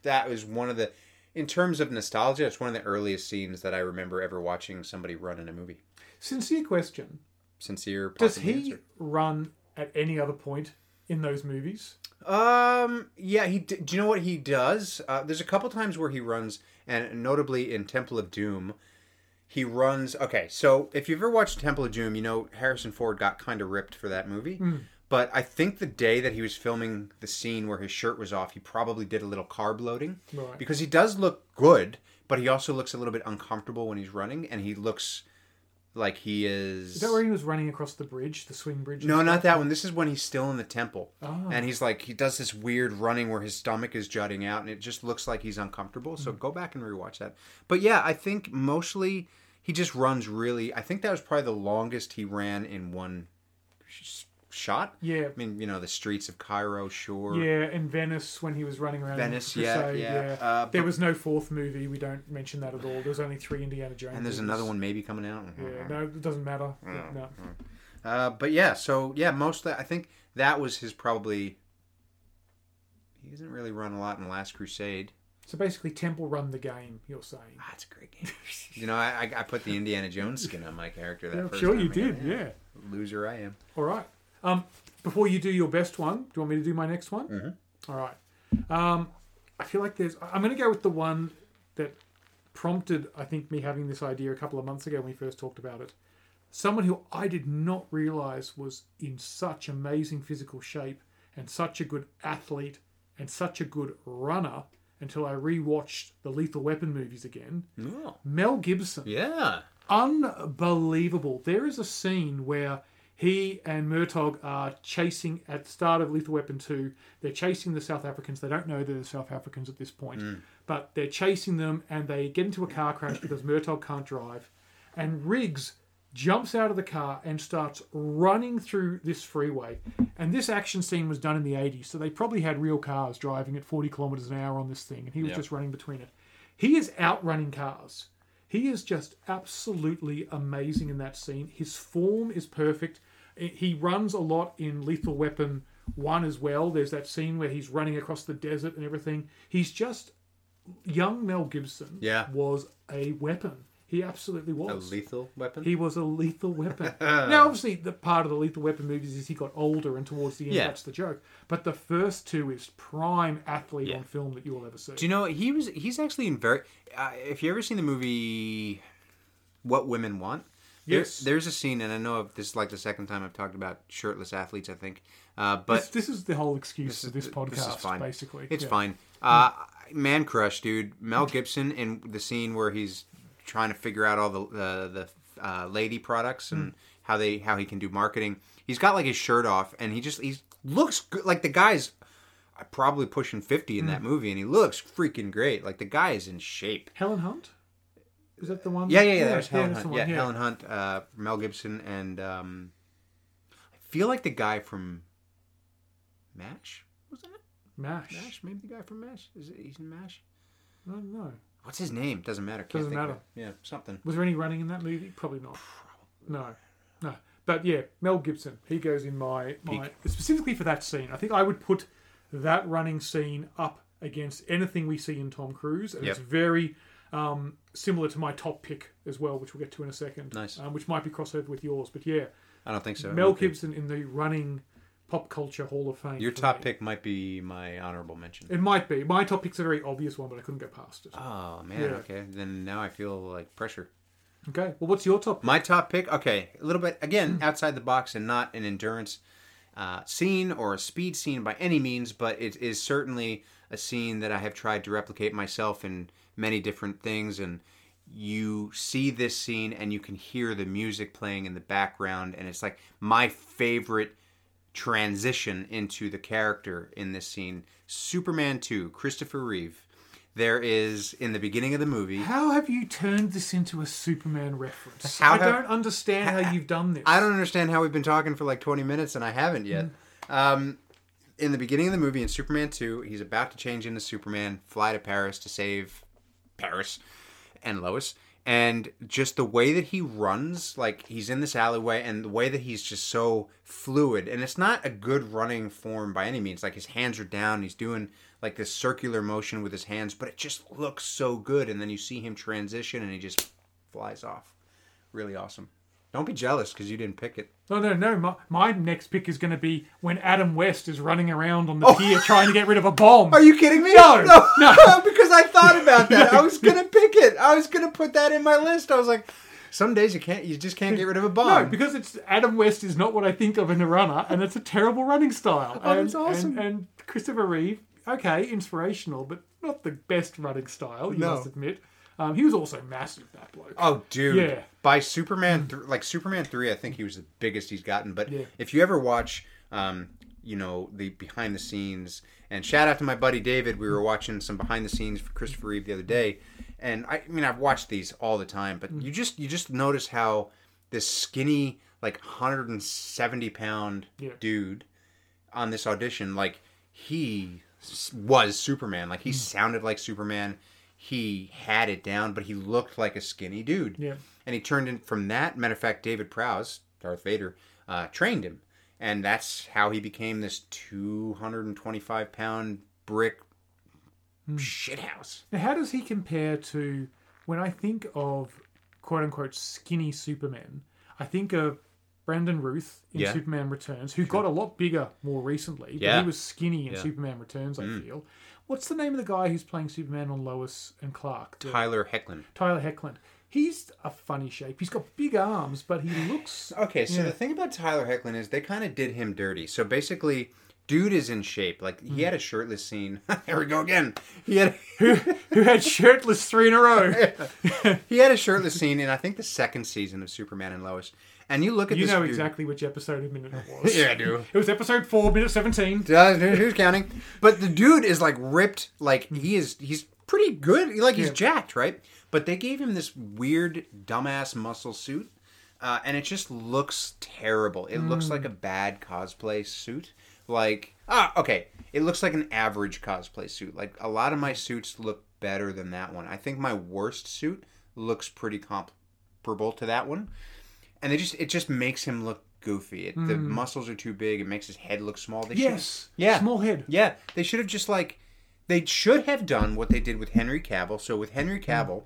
Speaker 1: that was one of the, in terms of nostalgia, it's one of the earliest scenes that I remember ever watching somebody run in a movie.
Speaker 2: Sincere question:
Speaker 1: Sincere.
Speaker 2: Does
Speaker 1: possibly
Speaker 2: he
Speaker 1: answer.
Speaker 2: run at any other point in those movies?
Speaker 1: Um. Yeah. He. d- Do you know what he does? Uh, there's a couple times where he runs, and notably in Temple of Doom, he runs. Okay. So if you've ever watched Temple of Doom, you know Harrison Ford got kind of ripped for that movie.
Speaker 2: Hmm.
Speaker 1: But I think the day that he was filming the scene where his shirt was off, he probably did a little carb loading
Speaker 2: Right.
Speaker 1: because he does look good, but he also looks a little bit uncomfortable when he's running, and he looks like he is.
Speaker 2: Is that where he was running across the bridge, the swing bridge? and
Speaker 1: No,
Speaker 2: stuff?
Speaker 1: not that one. This is when he's still in the temple,
Speaker 2: Ah.
Speaker 1: and he's like he does this weird running where his stomach is jutting out, and it just looks like he's uncomfortable.
Speaker 2: Hmm.
Speaker 1: So go back and rewatch that. But yeah, I think mostly he just runs really. I think that was probably the longest he ran in one sh- shot.
Speaker 2: Yeah,
Speaker 1: I mean, you know, the streets of Cairo, sure.
Speaker 2: yeah, and Venice when he was running around. in
Speaker 1: Venice, yeah,
Speaker 2: Crusade,
Speaker 1: yeah. Uh,
Speaker 2: there
Speaker 1: but-
Speaker 2: was no fourth movie. We don't mention that at all. There's only three Indiana Jones.
Speaker 1: And there's
Speaker 2: movies.
Speaker 1: another one maybe coming out.
Speaker 2: Yeah, no, it doesn't matter. No.
Speaker 1: Uh, but yeah, so yeah, mostly I think that was his probably. He doesn't really run a lot in Last Crusade.
Speaker 2: So basically, Temple run the game. You're saying?
Speaker 1: Ah, it's a great game. you know, I, I- I put the Indiana Jones skin on my character that
Speaker 2: Yeah,
Speaker 1: first
Speaker 2: sure,
Speaker 1: time
Speaker 2: you
Speaker 1: I got it.
Speaker 2: did. Yeah.
Speaker 1: Loser I am.
Speaker 2: All right. Um, before you do your best one, do you want me to do my next one? Mm-hmm. right. Um, I feel like there's. I'm going to go with the one that prompted, I think, me having this idea a couple of months ago when we first talked about it. Someone who I did not realize was in such amazing physical shape and such a good athlete and such a good runner until I rewatched the Lethal Weapon movies again.
Speaker 1: Oh.
Speaker 2: Mel Gibson
Speaker 1: Yeah.
Speaker 2: unbelievable. There is a scene where he and Murtog are chasing at the start of Lethal Weapon 2. They're chasing the South Africans. They don't know they're the South Africans at this point, but they're chasing them and they get into a car crash because Murtog can't drive. And Riggs jumps out of the car and starts running through this freeway. And this action scene was done in the 80s, so they probably had real cars driving at 40 kilometers an hour on this thing, and he was
Speaker 1: Yeah.
Speaker 2: just running between it. He is outrunning cars. He is just absolutely amazing in that scene. His form is perfect. I- He runs a lot in Lethal Weapon 1 as well. There's that scene where he's running across the desert and everything. He's just young Mel Gibson
Speaker 1: Yeah.
Speaker 2: was a weapon. He absolutely was.
Speaker 1: A lethal weapon.
Speaker 2: He was a lethal weapon. now, obviously, the part of the lethal weapon movies is he got older, and towards the end,
Speaker 1: Yeah.
Speaker 2: that's the joke. But the first two is prime athlete
Speaker 1: Yeah.
Speaker 2: on film that you will ever see.
Speaker 1: Do you know he was? He's actually in very. Uh, if you ever seen the movie, What Women Want. there-
Speaker 2: Yes.
Speaker 1: there's a scene, and I know of- this is like the second time I've talked about shirtless athletes. I think, uh, but
Speaker 2: this, this is the whole excuse of this podcast,
Speaker 1: This is fine.
Speaker 2: basically.
Speaker 1: It's
Speaker 2: Yeah.
Speaker 1: fine. Uh, man crush, dude. Mel Gibson in the scene where he's trying to figure out all the uh, the uh, lady products and how they how he can do marketing. He's got like his shirt off, and he just he looks good. like the guy's probably pushing fifty in that movie, and he looks freaking great. Like the guy is in shape.
Speaker 2: Helen Hunt? Is that the one?
Speaker 1: Yeah, yeah, Um, yeah. there's Helen
Speaker 2: that's the
Speaker 1: Hunt.
Speaker 2: one,
Speaker 1: Yeah, Helen Hunt, uh, Mel Gibson, and um, I feel like the guy from Mash wasn't it?
Speaker 2: Mash.
Speaker 1: Mash,
Speaker 2: Mash?
Speaker 1: maybe the guy from Mash. Is it, he's in Mash?
Speaker 2: I don't know.
Speaker 1: What's his name? Doesn't matter. Can't
Speaker 2: Doesn't
Speaker 1: think of
Speaker 2: matter.
Speaker 1: it. Yeah, something.
Speaker 2: Was there any running in that movie? Probably not. No, no. But yeah, Mel Gibson. He goes in my my specifically for that scene. I think I would put that running scene up against anything we see in Tom Cruise, and it's
Speaker 1: Yep.
Speaker 2: very um, similar to my top pick as well, which we'll get to in a second.
Speaker 1: Nice.
Speaker 2: Um, which might be crossover with yours, but yeah,
Speaker 1: I don't think so.
Speaker 2: Mel
Speaker 1: Okay.
Speaker 2: Gibson in the running pop culture Hall of Fame.
Speaker 1: Your
Speaker 2: for
Speaker 1: top
Speaker 2: me.
Speaker 1: pick might be my honorable mention.
Speaker 2: It might be my top pick's a very obvious one, but I couldn't go past it.
Speaker 1: Oh man,
Speaker 2: Yeah.
Speaker 1: okay. Then now I feel like pressure.
Speaker 2: Okay. Well, what's your top?
Speaker 1: My top pick, okay, a little bit again outside the box and not an endurance uh, scene or a speed scene by any means, but it is certainly a scene that I have tried to replicate myself in many different things. And you see this scene and you can hear the music playing in the background, and it's like my favorite transition into the character in this scene. Superman 2, Christopher Reeve. There is in the beginning of the movie.
Speaker 2: How have you turned this into a Superman reference?
Speaker 1: How
Speaker 2: I
Speaker 1: have-
Speaker 2: don't understand how you've done this.
Speaker 1: I don't understand how we've been talking for like 20 minutes and I haven't yet. Um, in the beginning of the movie in Superman 2, he's about to change into Superman, fly to Paris to save Paris and Lois. And just the way that he runs, like he's in this alleyway, and the way that he's just so fluid. And it's not a good running form by any means. Like his hands are down, he's doing like this circular motion with his hands, but it just looks so good. And then you see him transition and he just flies off. Really awesome. Don't be jealous because you didn't pick it.
Speaker 2: Oh, No, no, no. My, my next pick is going to be when Adam West is running around on the pier trying to get rid of a bomb.
Speaker 1: Oh. Are you kidding me?
Speaker 2: No, no.
Speaker 1: because I thought about that. I was gonna pick it. I was gonna put that in my list. I was like, some days you can't. You just can't get rid of a
Speaker 2: no,
Speaker 1: bomb.
Speaker 2: because it's Adam West is not what I think of in a runner, and it's a terrible running style.
Speaker 1: Oh,
Speaker 2: and,
Speaker 1: that's awesome.
Speaker 2: And, and Christopher Reeve, okay, inspirational, but not the best running style. You
Speaker 1: No.
Speaker 2: must admit. Um, he was also massive that bloke.
Speaker 1: oh, dude.
Speaker 2: Yeah. Mm.
Speaker 1: By Superman, th- like Superman three, I think he was the biggest he's gotten. But
Speaker 2: Yeah.
Speaker 1: if you ever watch, um, you know the behind the scenes, and shout out to my buddy David. We were watching some behind the scenes for Christopher Reeve the other day, and I, I mean I've watched these all the time,
Speaker 2: Mm.
Speaker 1: but you just you just notice how this skinny like 170 pound
Speaker 2: Yeah.
Speaker 1: dude on this audition, like he s- was Superman. Like he
Speaker 2: Mm.
Speaker 1: sounded like Superman. He had it down, but he looked like a skinny dude.
Speaker 2: Yeah.
Speaker 1: And he turned in from that. Matter of fact, David Prowse, Darth Vader, uh, trained him, and that's how he became this 225 pound brick
Speaker 2: Hmm.
Speaker 1: shithouse.
Speaker 2: Now, how does he compare to when I think of quote unquote skinny Superman? I think of Brandon Ruth in
Speaker 1: Yeah.
Speaker 2: Superman Returns, who got a lot bigger more recently, but
Speaker 1: Yeah.
Speaker 2: he was skinny in
Speaker 1: Yeah. Mm.
Speaker 2: Superman Returns, I feel. What's the name of the guy who's playing Superman on Lois and Clark? The-
Speaker 1: Tyler Hecklin.
Speaker 2: Tyler Heckland. He's a funny shape. He's got big arms, but he looks.
Speaker 1: Okay, so the thing about Tyler Hecklin is they kind of did him dirty. So basically, dude is in shape. Like
Speaker 2: Hmm.
Speaker 1: he had a shirtless scene. there we go again. He had
Speaker 2: who had shirtless three in a row?
Speaker 1: he had a shirtless scene in I think the second season of Superman and Lois. And you look at
Speaker 2: You
Speaker 1: this
Speaker 2: know
Speaker 1: dude-
Speaker 2: exactly which episode and minute it was.
Speaker 1: Yeah, I do.
Speaker 2: It was episode four, minute seventeen.
Speaker 1: Uh, who's counting? But the dude is like ripped. Like he is. He's pretty good. Like he's
Speaker 2: Yeah.
Speaker 1: jacked, right? But they gave him this weird dumbass muscle suit, uh, and it just looks terrible. It looks like a
Speaker 2: Hmm.
Speaker 1: bad cosplay suit. Like ah, okay. It looks like an average cosplay suit. Like a lot of my suits look better than that one. I think my worst suit looks pretty comparable to that one and they just it just makes him look goofy. It, The muscles are too big. It makes his head look small. They should-
Speaker 2: Hmm. Yes.
Speaker 1: yeah,
Speaker 2: Small head.
Speaker 1: yeah. They should have just like they should have done what they did with Henry Cavill. So with Henry Cavill,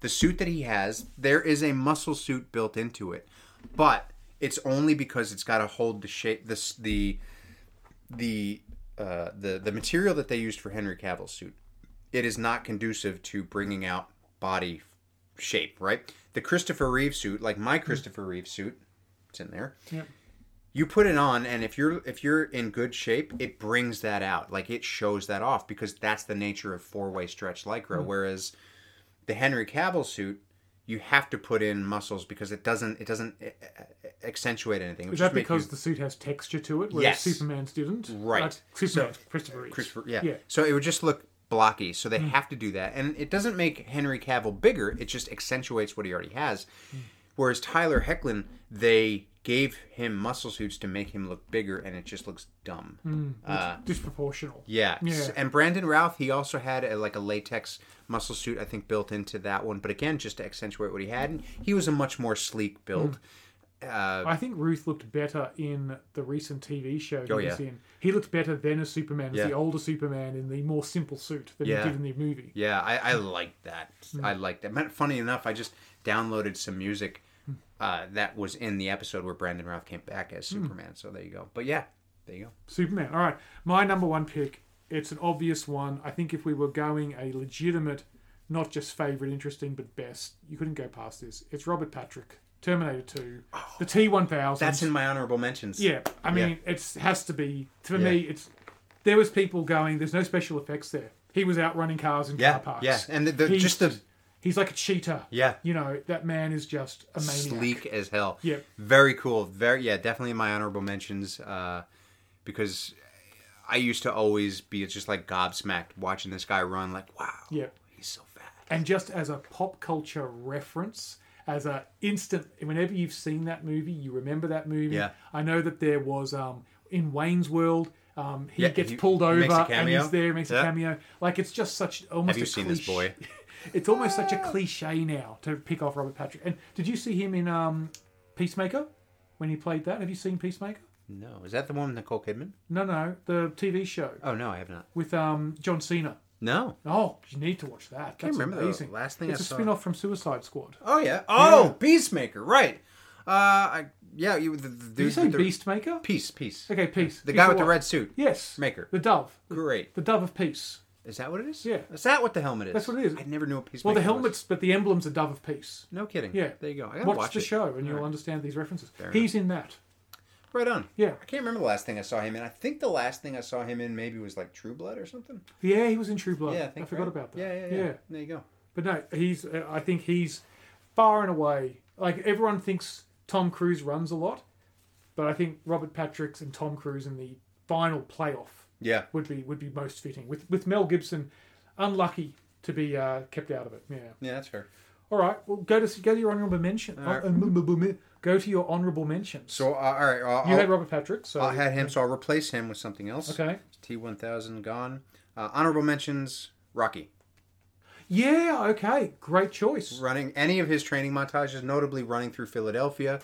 Speaker 1: the suit that he has, there is a muscle suit built into it, but it's only because it's got to hold the shape this the the uh, the the material that they used for Henry Cavill's suit. It is not conducive to bringing out body shape, right? The Christopher Reeve suit, like my Christopher Reeve suit, it's in there.
Speaker 2: Hmm. Yep.
Speaker 1: You put it on, and if you're if you're in good shape, it brings that out. Like it shows that off because that's the nature of four way stretch lycra.
Speaker 2: Hmm.
Speaker 1: Whereas the Henry Cavill suit, you have to put in muscles because it doesn't it doesn't eh, eh, eh, accentuate anything. It would
Speaker 2: Is that
Speaker 1: just make you-
Speaker 2: because the suit has texture to it, whereas
Speaker 1: Yes.
Speaker 2: Superman's didn't?
Speaker 1: Right.
Speaker 2: Like, Superman, Christopher Reeve.
Speaker 1: Christopher, yeah.
Speaker 2: Yeah.
Speaker 1: So it would just look blocky. So they have to do that, and it doesn't make Henry Cavill bigger. It just accentuates what he already has. Whereas Tyler Hecklin, they gave him muscle suits to make him look bigger, and it just looks dumb. Uh,
Speaker 2: Disproportional.
Speaker 1: yeah.
Speaker 2: Yeah.
Speaker 1: And Brandon Routh, he also had a, like a latex muscle suit, I think, built into that one. But again, just to accentuate what he had, and he was a much more sleek build. Uh,
Speaker 2: I think Ruth looked better in the recent TV show he
Speaker 1: Oh,
Speaker 2: was
Speaker 1: yeah.
Speaker 2: in. He looked better then as Superman, as
Speaker 1: Yeah.
Speaker 2: the older Superman in the more simple suit than
Speaker 1: Yeah.
Speaker 2: he did in the movie.
Speaker 1: Yeah, I,
Speaker 2: Hmm.
Speaker 1: I like that. I like that. Man, Funny enough, I just downloaded some music
Speaker 2: Hmm.
Speaker 1: uh, that was in the episode where Brandon Routh came back as
Speaker 2: Hmm.
Speaker 1: Superman. So there you go. But yeah, there you go.
Speaker 2: Superman. All right, my number one pick. It's an obvious one. I think if we were going a legitimate, not just favorite, interesting, but best, you couldn't go past this. It's Robert Patrick, Terminator Two, the T one thousand.
Speaker 1: Oh, That's in my honorable mentions.
Speaker 2: yeah. I mean, it's has to be for me. It's there was people going. There's no special effects there. He was out running cars in
Speaker 1: Yeah,
Speaker 2: car parks.
Speaker 1: yeah. And the- the-
Speaker 2: He's-
Speaker 1: just the-
Speaker 2: he's like a cheetah.
Speaker 1: Yeah.
Speaker 2: you know that man is just a maniac.
Speaker 1: Sleek as hell.
Speaker 2: Yeah.
Speaker 1: Very cool. Very yeah, definitely in my honorable mentions. Uh, because I used to always be just like gobsmacked watching this guy run, like, wow,
Speaker 2: Yeah.
Speaker 1: he's so fat.
Speaker 2: and just as a pop culture reference as a instant whenever you've seen that movie you remember that movie
Speaker 1: Yeah.
Speaker 2: i know that there was um in wayne's world um, he
Speaker 1: Yeah,
Speaker 2: gets
Speaker 1: he
Speaker 2: pulled
Speaker 1: makes a
Speaker 2: over and
Speaker 1: cameo.
Speaker 2: he's there makes
Speaker 1: Yeah.
Speaker 2: a cameo like it's just such almost
Speaker 1: Have you
Speaker 2: a
Speaker 1: seen this
Speaker 2: cliche-
Speaker 1: boy?
Speaker 2: it's almost such a cliche now to pick off robert patrick and did you see him in um peacemaker when he played that have you seen peacemaker
Speaker 1: No. Is that the one with Nicole Kidman?
Speaker 2: no no the tv show
Speaker 1: Oh no, I have not.
Speaker 2: with um john cena
Speaker 1: No.
Speaker 2: oh you need to watch that that's
Speaker 1: remember the
Speaker 2: amazing
Speaker 1: last thing I
Speaker 2: it's a
Speaker 1: saw.
Speaker 2: spin-off from suicide squad
Speaker 1: Oh yeah. Oh, Peacemaker. Right. Uh, I, yeah. You the, the dude.
Speaker 2: Did you say
Speaker 1: the,
Speaker 2: Beast Maker?
Speaker 1: Peace. Peace.
Speaker 2: Okay, peace.
Speaker 1: The
Speaker 2: Peace
Speaker 1: guy
Speaker 2: of
Speaker 1: with the
Speaker 2: what?
Speaker 1: red suit.
Speaker 2: Yes.
Speaker 1: Maker.
Speaker 2: The dove.
Speaker 1: Great.
Speaker 2: The dove of peace.
Speaker 1: Is that what it is?
Speaker 2: Yeah.
Speaker 1: Is that what the helmet is?
Speaker 2: That's what it is.
Speaker 1: I never knew a peacemaker.
Speaker 2: Well, the
Speaker 1: was.
Speaker 2: helmet's, but the emblem's a dove of peace.
Speaker 1: No kidding.
Speaker 2: Yeah.
Speaker 1: There you go. I gotta
Speaker 2: Watch,
Speaker 1: watch
Speaker 2: the
Speaker 1: it.
Speaker 2: show and you'll understand these references.
Speaker 1: enough.
Speaker 2: He's in that.
Speaker 1: Right on.
Speaker 2: Yeah.
Speaker 1: I can't remember the last thing I saw him in. I think the last thing I saw him in maybe was like True Blood or something.
Speaker 2: Yeah, he was in True Blood.
Speaker 1: Yeah, I
Speaker 2: I,
Speaker 1: think.
Speaker 2: forgot
Speaker 1: right?
Speaker 2: about that.
Speaker 1: Yeah, yeah, yeah, There you go.
Speaker 2: But no, he's. uh, I think he's far and away. Like everyone thinks Tom Cruise runs a lot, but I think Robert Patrick's and Tom Cruise in the final playoff
Speaker 1: Yeah.
Speaker 2: would be would be most fitting. With with Mel Gibson, unlucky to be uh, kept out of it. Yeah.
Speaker 1: Yeah, that's fair.
Speaker 2: All right. Well, go to go to your honourable mention. uh,
Speaker 1: right.
Speaker 2: Honourable men- Go to your honourable mentions.
Speaker 1: So uh, all right, I'll,
Speaker 2: you
Speaker 1: I'll,
Speaker 2: had Robert Patrick, so
Speaker 1: I had him, so I'll replace him with something else.
Speaker 2: okay.
Speaker 1: T one thousand gone. Uh, honorable mentions: Rocky.
Speaker 2: Yeah. Okay. Great choice.
Speaker 1: running any of his training montages, notably running through Philadelphia.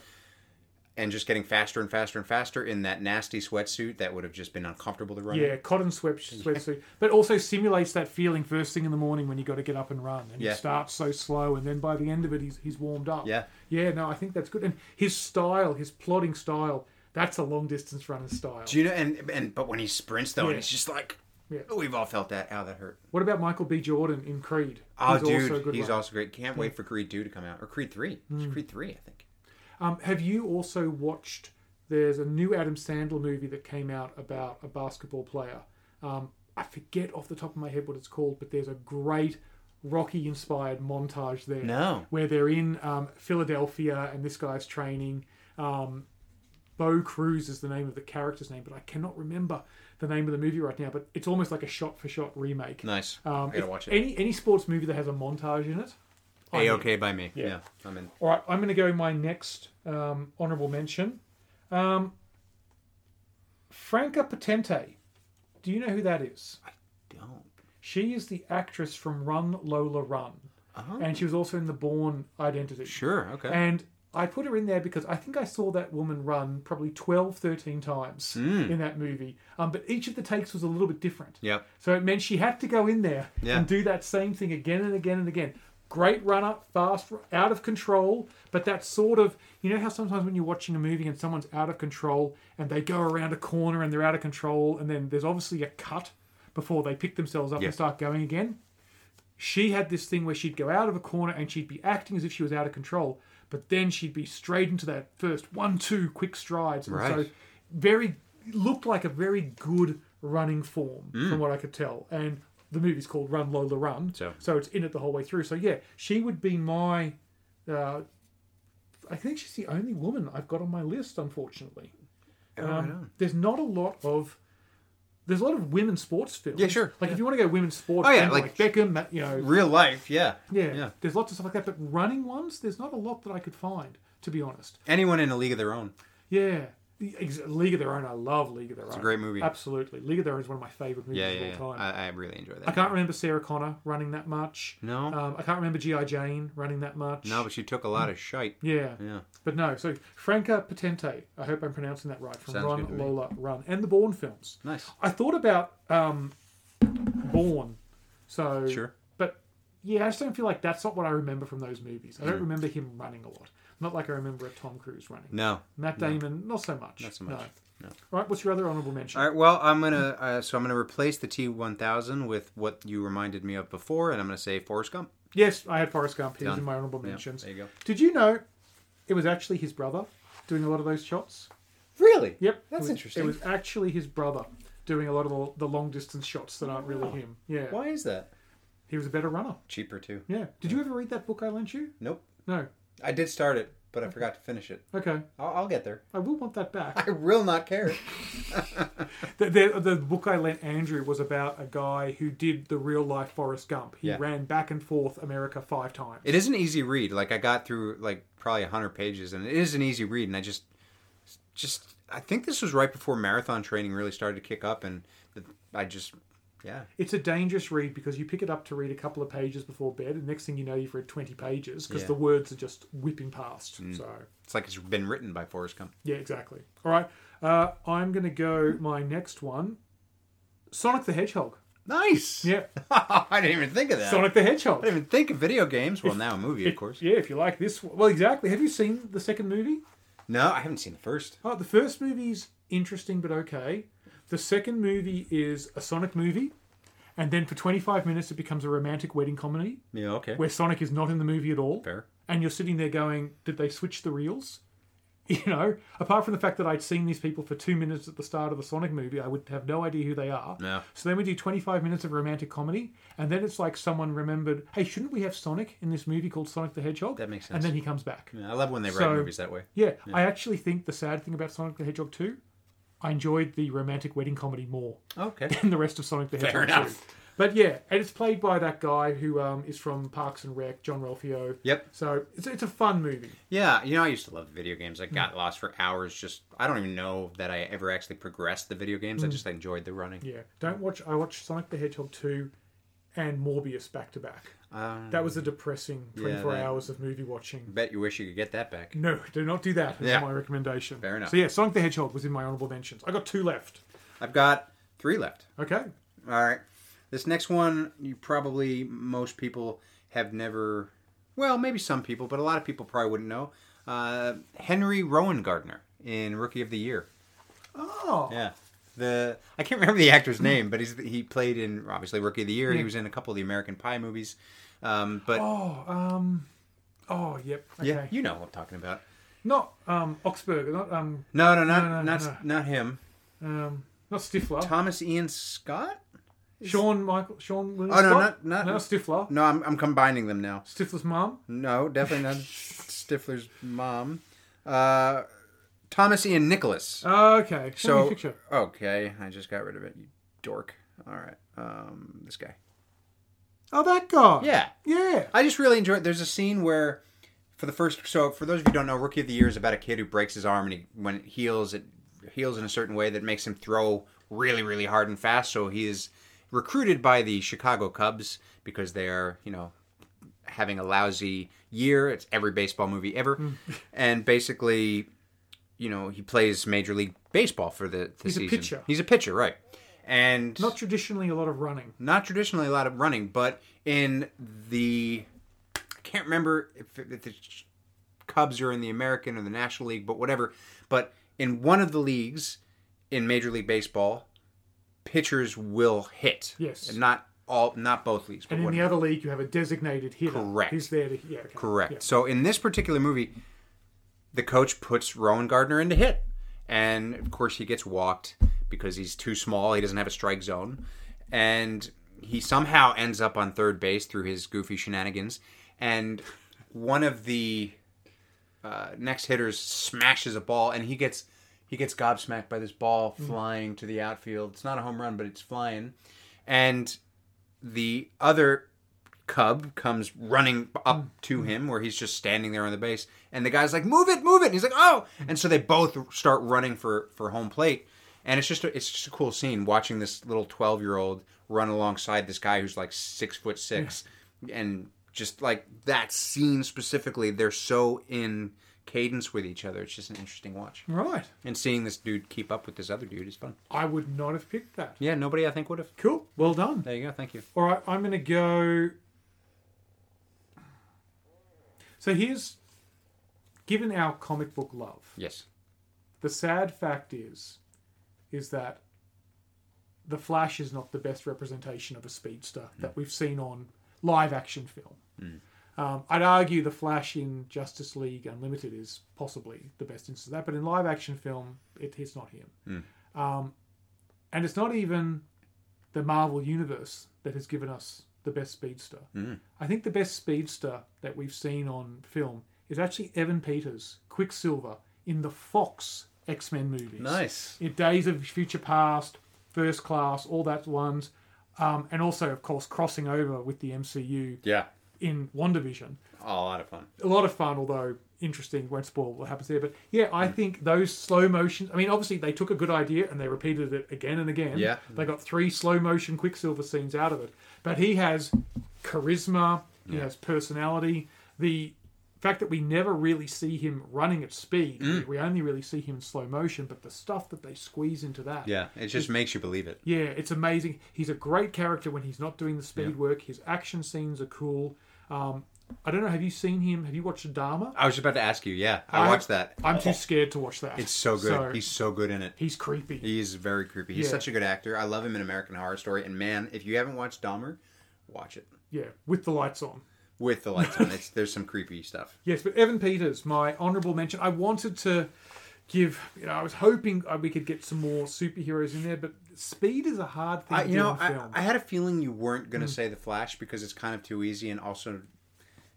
Speaker 1: and just getting faster and faster and faster in that nasty sweatsuit that would have just been uncomfortable to run. in.
Speaker 2: Yeah, cotton sweat sweatsuit, but also simulates that feeling first thing in the morning when you got to get up and run. And
Speaker 1: Yeah.
Speaker 2: he starts so slow, and then by the end of it, he's he's warmed up.
Speaker 1: Yeah.
Speaker 2: yeah. No, I think that's good. And his style, his plodding style, that's a long distance runner style.
Speaker 1: Do you know? And and but when he sprints though,
Speaker 2: Yeah.
Speaker 1: and it's just like
Speaker 2: Yeah.
Speaker 1: oh, we've all felt that. Ow, that hurt.
Speaker 2: What about Michael B. Jordan in Creed?
Speaker 1: Oh, dude, he's
Speaker 2: runner. Hmm.
Speaker 1: also great. Can't wait for Creed two to come out or Creed three. It's Creed three, I think.
Speaker 2: Um, have you also watched? There's a new Adam Sandler movie that came out about a basketball player. Um, I forget off the top of my head what it's called, but there's a great Rocky-inspired montage there.
Speaker 1: No.
Speaker 2: where they're in um, Philadelphia and this guy's training. Um, Bo Cruz is the name of the character's name, but I cannot remember the name of the movie right now. But it's almost like a shot-for-shot remake.
Speaker 1: Nice.
Speaker 2: Um,
Speaker 1: I gotta
Speaker 2: if
Speaker 1: watch it.
Speaker 2: Any any sports movie that has a montage in it. I'm
Speaker 1: A
Speaker 2: in.
Speaker 1: okay by me. Yeah.
Speaker 2: Yeah.
Speaker 1: I'm in.
Speaker 2: All right, I'm going to go my next um, honorable mention. Um, Franca Potente. Do you know who that is?
Speaker 1: Don't.
Speaker 2: She is the actress from Run Lola Run,
Speaker 1: Oh.
Speaker 2: and she was also in the Born Identity.
Speaker 1: Sure. Okay.
Speaker 2: And I put her in there because I think I saw that woman run probably 12, 13 times in that movie. Um, but each of the takes was a little bit different.
Speaker 1: yep.
Speaker 2: So it meant she had to go in there
Speaker 1: Yeah.
Speaker 2: and do that same thing again and again and again. Great runner, fast, out of control, but that sort of you know how sometimes when you're watching a movie and someone's out of control and they go around a corner and they're out of control and then there's obviously a cut before they pick themselves up
Speaker 1: Yeah.
Speaker 2: and start going again. She had this thing where she'd go out of a corner and she'd be acting as if she was out of control, but then she'd be straight into that first one, two quick strides. And
Speaker 1: Right.
Speaker 2: so very looked like a very good running form
Speaker 1: Hmm.
Speaker 2: from what I could tell. And the movie's called Run Lola Run,
Speaker 1: So-
Speaker 2: it's in it the whole way through. So yeah, she would be my. Uh, I think she's the only woman I've got on my list, unfortunately.
Speaker 1: Oh,
Speaker 2: Um,
Speaker 1: right on.
Speaker 2: There's not a lot of. There's a lot of women's sports films.
Speaker 1: Yeah, sure.
Speaker 2: Like if you want to go women's sports,
Speaker 1: Oh, yeah,
Speaker 2: then,
Speaker 1: like-
Speaker 2: like, Beckham, that you know,
Speaker 1: Real life. Yeah.
Speaker 2: yeah,
Speaker 1: Yeah.
Speaker 2: there's lots of stuff like that. But running ones, there's not a lot that I could find, to be honest.
Speaker 1: Anyone in a league of their own.
Speaker 2: Yeah. The ex- League of Their Own. I love League of Their Own. It's
Speaker 1: a great movie.
Speaker 2: Absolutely. League of Their Own is one of my favourite movies
Speaker 1: Yeah.
Speaker 2: of
Speaker 1: Yeah. yeah.
Speaker 2: all time.
Speaker 1: I, I really enjoy that.
Speaker 2: I can't remember Sarah Connor running that much.
Speaker 1: No.
Speaker 2: Um, I can't remember G.I. Jane running that much.
Speaker 1: no, but she took a lot of shite.
Speaker 2: Yeah.
Speaker 1: Yeah.
Speaker 2: But no. So Franca Potente. I hope I'm pronouncing that right. From
Speaker 1: Sounds good to
Speaker 2: Ron,
Speaker 1: me.
Speaker 2: Lola, Run. And the Bourne films.
Speaker 1: Nice.
Speaker 2: I thought about um, Bourne. So.
Speaker 1: Sure.
Speaker 2: But yeah, I just don't feel like that's not what I remember from those movies. I
Speaker 1: Mm.
Speaker 2: don't remember him running a lot. Not like I remember a Tom Cruise running.
Speaker 1: No.
Speaker 2: Matt Damon, not so much.
Speaker 1: Not so much. No.
Speaker 2: Right, what's your other honourable mention?
Speaker 1: All right. Well, I'm gonna. Uh, so I'm gonna replace the T1000 with what you reminded me of before, and I'm gonna say Forrest Gump.
Speaker 2: Yes, I had Forrest Gump. He was
Speaker 1: Done.
Speaker 2: in my honourable
Speaker 1: Yeah,
Speaker 2: mentions.
Speaker 1: there you go.
Speaker 2: Did you know it was actually his brother doing a lot of those shots?
Speaker 1: Really?
Speaker 2: Yep.
Speaker 1: That's
Speaker 2: It was-
Speaker 1: interesting.
Speaker 2: It was actually his brother doing a lot of the, the long distance shots that aren't really him. Yeah.
Speaker 1: Why is that?
Speaker 2: He was a better runner.
Speaker 1: Cheaper too.
Speaker 2: Yeah. Did you ever read that book I lent you?
Speaker 1: Nope.
Speaker 2: No.
Speaker 1: I did start it, but I forgot to finish it.
Speaker 2: Okay.
Speaker 1: I'll, I'll get there.
Speaker 2: I will want that back.
Speaker 1: I will not care.
Speaker 2: the, the, the book I lent Andrew was about a guy who did the real life Forrest Gump. He
Speaker 1: Yeah.
Speaker 2: ran back and forth America five times.
Speaker 1: It is an easy read. Like I got through like probably hundred pages, and it is an easy read. And I just, just I think this was right before marathon training really started to kick up, and the, I just, yeah,
Speaker 2: it's a dangerous read because you pick it up to read a couple of pages before bed, and next thing you know, you've read 20 pages because
Speaker 1: Yeah. Mm.
Speaker 2: the words are just whipping past. So,
Speaker 1: it's like it's been written by Forrest Gump.
Speaker 2: yeah, exactly. All right. Uh, I'm going to go my next one Sonic the Hedgehog.
Speaker 1: Nice.
Speaker 2: Yeah.
Speaker 1: I didn't even think of that.
Speaker 2: Sonic the Hedgehog.
Speaker 1: I didn't even think of video games. Well, now a movie, of course.
Speaker 2: Yeah, if you like this one. Well, exactly. Have you seen the second movie?
Speaker 1: No, I haven't seen the first.
Speaker 2: Oh, the first movie's interesting but okay. The second movie is a Sonic movie, and then for 25 minutes, it becomes a romantic wedding comedy
Speaker 1: Yeah. Okay.
Speaker 2: where Sonic is not in the movie at all.
Speaker 1: Fair.
Speaker 2: and you're sitting there going, did they switch the reels? You know, apart from the fact that I'd seen these people for two minutes at the start of the Sonic movie, I would have no idea who they are.
Speaker 1: Yeah.
Speaker 2: So then we do 25 minutes of romantic comedy, and then it's like someone remembered, hey, shouldn't we have Sonic in this movie called Sonic the Hedgehog?
Speaker 1: That makes
Speaker 2: And
Speaker 1: sense.
Speaker 2: then he comes back.
Speaker 1: Yeah, I love when they write
Speaker 2: So-
Speaker 1: movies that way.
Speaker 2: Yeah, I actually think the sad thing about Sonic the Hedgehog 2, I enjoyed the romantic wedding comedy more
Speaker 1: Okay.
Speaker 2: than the rest of Sonic the
Speaker 1: Fair
Speaker 2: Hedgehog 2.
Speaker 1: enough.
Speaker 2: But yeah, and it's played by that guy who um, is from Parks and Rec, John Ralphio.
Speaker 1: Yep.
Speaker 2: So it's, it's a fun movie.
Speaker 1: Yeah, you know, I used to love video games. I got lost for hours. Just I don't even know that I ever
Speaker 2: Mm.
Speaker 1: actually progressed the video games. I just enjoyed the running.
Speaker 2: Yeah, don't watch. I watched Sonic the Hedgehog two and Morbius back to back.
Speaker 1: Um,
Speaker 2: That was a depressing 24
Speaker 1: that-
Speaker 2: hours of movie watching.
Speaker 1: bet you wish you could get that back.
Speaker 2: No, do not do that. That's
Speaker 1: Yeah.
Speaker 2: my recommendation.
Speaker 1: Fair enough.
Speaker 2: So yeah, Sonic the Hedgehog was in my honorable mentions. I got two left.
Speaker 1: I've got three left.
Speaker 2: Okay.
Speaker 1: All right. This next one, you probably most people have never. Well, maybe some people, but a lot of people probably wouldn't know. Uh, Henry Rowan Gardner in Rookie of the Year.
Speaker 2: Oh,
Speaker 1: Yeah. The I can't remember the actor's name, but he's he played in obviously Rookie of the Year. He was in a couple of the American Pie movies. Um, but
Speaker 2: Oh, um, oh, yep. Okay.
Speaker 1: yeah, you know what I'm talking about.
Speaker 2: Not um, Oxburg, not um,
Speaker 1: No, no, not
Speaker 2: No, no,
Speaker 1: not
Speaker 2: no.
Speaker 1: not him.
Speaker 2: um, not Stifler.
Speaker 1: Thomas Ian Scott.
Speaker 2: Sean Michael, Sean. William
Speaker 1: Oh, no,
Speaker 2: Scott?
Speaker 1: not- not-
Speaker 2: no Stifler.
Speaker 1: No, I'm I'm combining them now.
Speaker 2: Stifler's mom.
Speaker 1: No, definitely not Stifler's mom. Uh, Thomas Ian Nicholas.
Speaker 2: Okay. Show me a
Speaker 1: so
Speaker 2: picture.
Speaker 1: okay, I just got rid of it. You dork. All right, um, this guy.
Speaker 2: Oh, that guy.
Speaker 1: Yeah,
Speaker 2: Yeah.
Speaker 1: I just really enjoy it. There's a scene where, for the first, so for those of you who don't know, Rookie of the Year is about a kid who breaks his arm and he, when it heals, it heals in a certain way that makes him throw really, really hard and fast. So he is recruited by the Chicago Cubs because they are, you know, having a lousy year. It's every baseball movie
Speaker 2: Hmm.
Speaker 1: ever, and basically, you know, he plays Major League Baseball for the, the
Speaker 2: He's a
Speaker 1: season.
Speaker 2: pitcher.
Speaker 1: He's a pitcher, right? And
Speaker 2: Not traditionally a lot of running.
Speaker 1: not traditionally a lot of running, but in the I can't remember if, if the Cubs are in the American or the National League, but whatever. But in one of the leagues in Major League Baseball, pitchers will hit.
Speaker 2: Yes.
Speaker 1: and not all, not both leagues, but
Speaker 2: And in
Speaker 1: one
Speaker 2: the other league, you have a designated hitter.
Speaker 1: Correct.
Speaker 2: He's there to. Yeah. Okay.
Speaker 1: Correct.
Speaker 2: Yeah.
Speaker 1: So in this particular movie, the coach puts Rowan Gardner into hit, and of course he gets walked because he's too small. He doesn't have a strike zone, and he somehow ends up on third base through his goofy shenanigans. And one of the uh, next hitters smashes a ball, and he gets he gets gobsmacked by this ball flying to the outfield. It's not a home run, but it's flying, and the other cub comes running up to him where he's just standing there on the base and the guy's like move it move it and he's like oh and so they both start running for for home plate and it's just a, it's just a cool scene watching this little 12 year old run alongside this guy who's like six foot six and just like that scene specifically they're so in cadence with each other it's just an interesting watch
Speaker 2: Right.
Speaker 1: and seeing this dude keep up with this other dude is fun
Speaker 2: I would not have picked that.
Speaker 1: yeah nobody i think would have
Speaker 2: Cool. Well done.
Speaker 1: there you go thank you
Speaker 2: All right, I'm going to go. So here's, given our comic book love,
Speaker 1: yes
Speaker 2: the sad fact is, is that the Flash is not the best representation of a speedster that we've seen on live action film. Um, I'd argue the Flash in Justice League Unlimited is possibly the best instance of that, but in live action film, it, it's not him. Um, and it's not even the Marvel Universe that has given us the best speedster. I think the best speedster that we've seen on film is actually Evan Peters, Quicksilver, in the Fox X Men movies.
Speaker 1: nice
Speaker 2: In Days of Future Past, First Class, all that ones. Um, and also, of course, crossing over with the MCU
Speaker 1: yeah
Speaker 2: in WandaVision
Speaker 1: a lot of fun
Speaker 2: a lot of fun, although interesting. Won't spoil what happens there, but yeah, I think those slow motions. I mean, obviously they took a good idea and they repeated it again and again.
Speaker 1: Yeah.
Speaker 2: they got three slow motion Quicksilver scenes out of it, but he has charisma. He has personality. The fact that we never really see him running at speed, we only really see him in slow motion. But the stuff that they squeeze into that,
Speaker 1: Yeah, it just makes you believe it.
Speaker 2: yeah, it's amazing. He's a great character when he's not doing the speed work. His action scenes are cool. Um, I don't know. Have you seen him? Have you watched Dharma?
Speaker 1: I was just about to ask you. Yeah, I,
Speaker 2: I-
Speaker 1: watched that.
Speaker 2: I'm too scared to watch that.
Speaker 1: It's so good.
Speaker 2: So,
Speaker 1: he's so good in it.
Speaker 2: he's creepy.
Speaker 1: He is very creepy. He's
Speaker 2: Yeah.
Speaker 1: such a good actor. I love him in American Horror Story. And man, if you haven't watched Dahmer, watch it
Speaker 2: yeah, with the lights on.
Speaker 1: with the lights on. It's there's some creepy stuff.
Speaker 2: Yes, but Evan Peters, my honourable mention. I wanted to give. You know, I was hoping uh, we could get some more superheroes in there, but speed is a hard thing
Speaker 1: I,
Speaker 2: to
Speaker 1: you
Speaker 2: do
Speaker 1: know,
Speaker 2: in
Speaker 1: I,
Speaker 2: film. Mm.
Speaker 1: I had a feeling you weren't gonna say the Flash because it's kind of too easy and also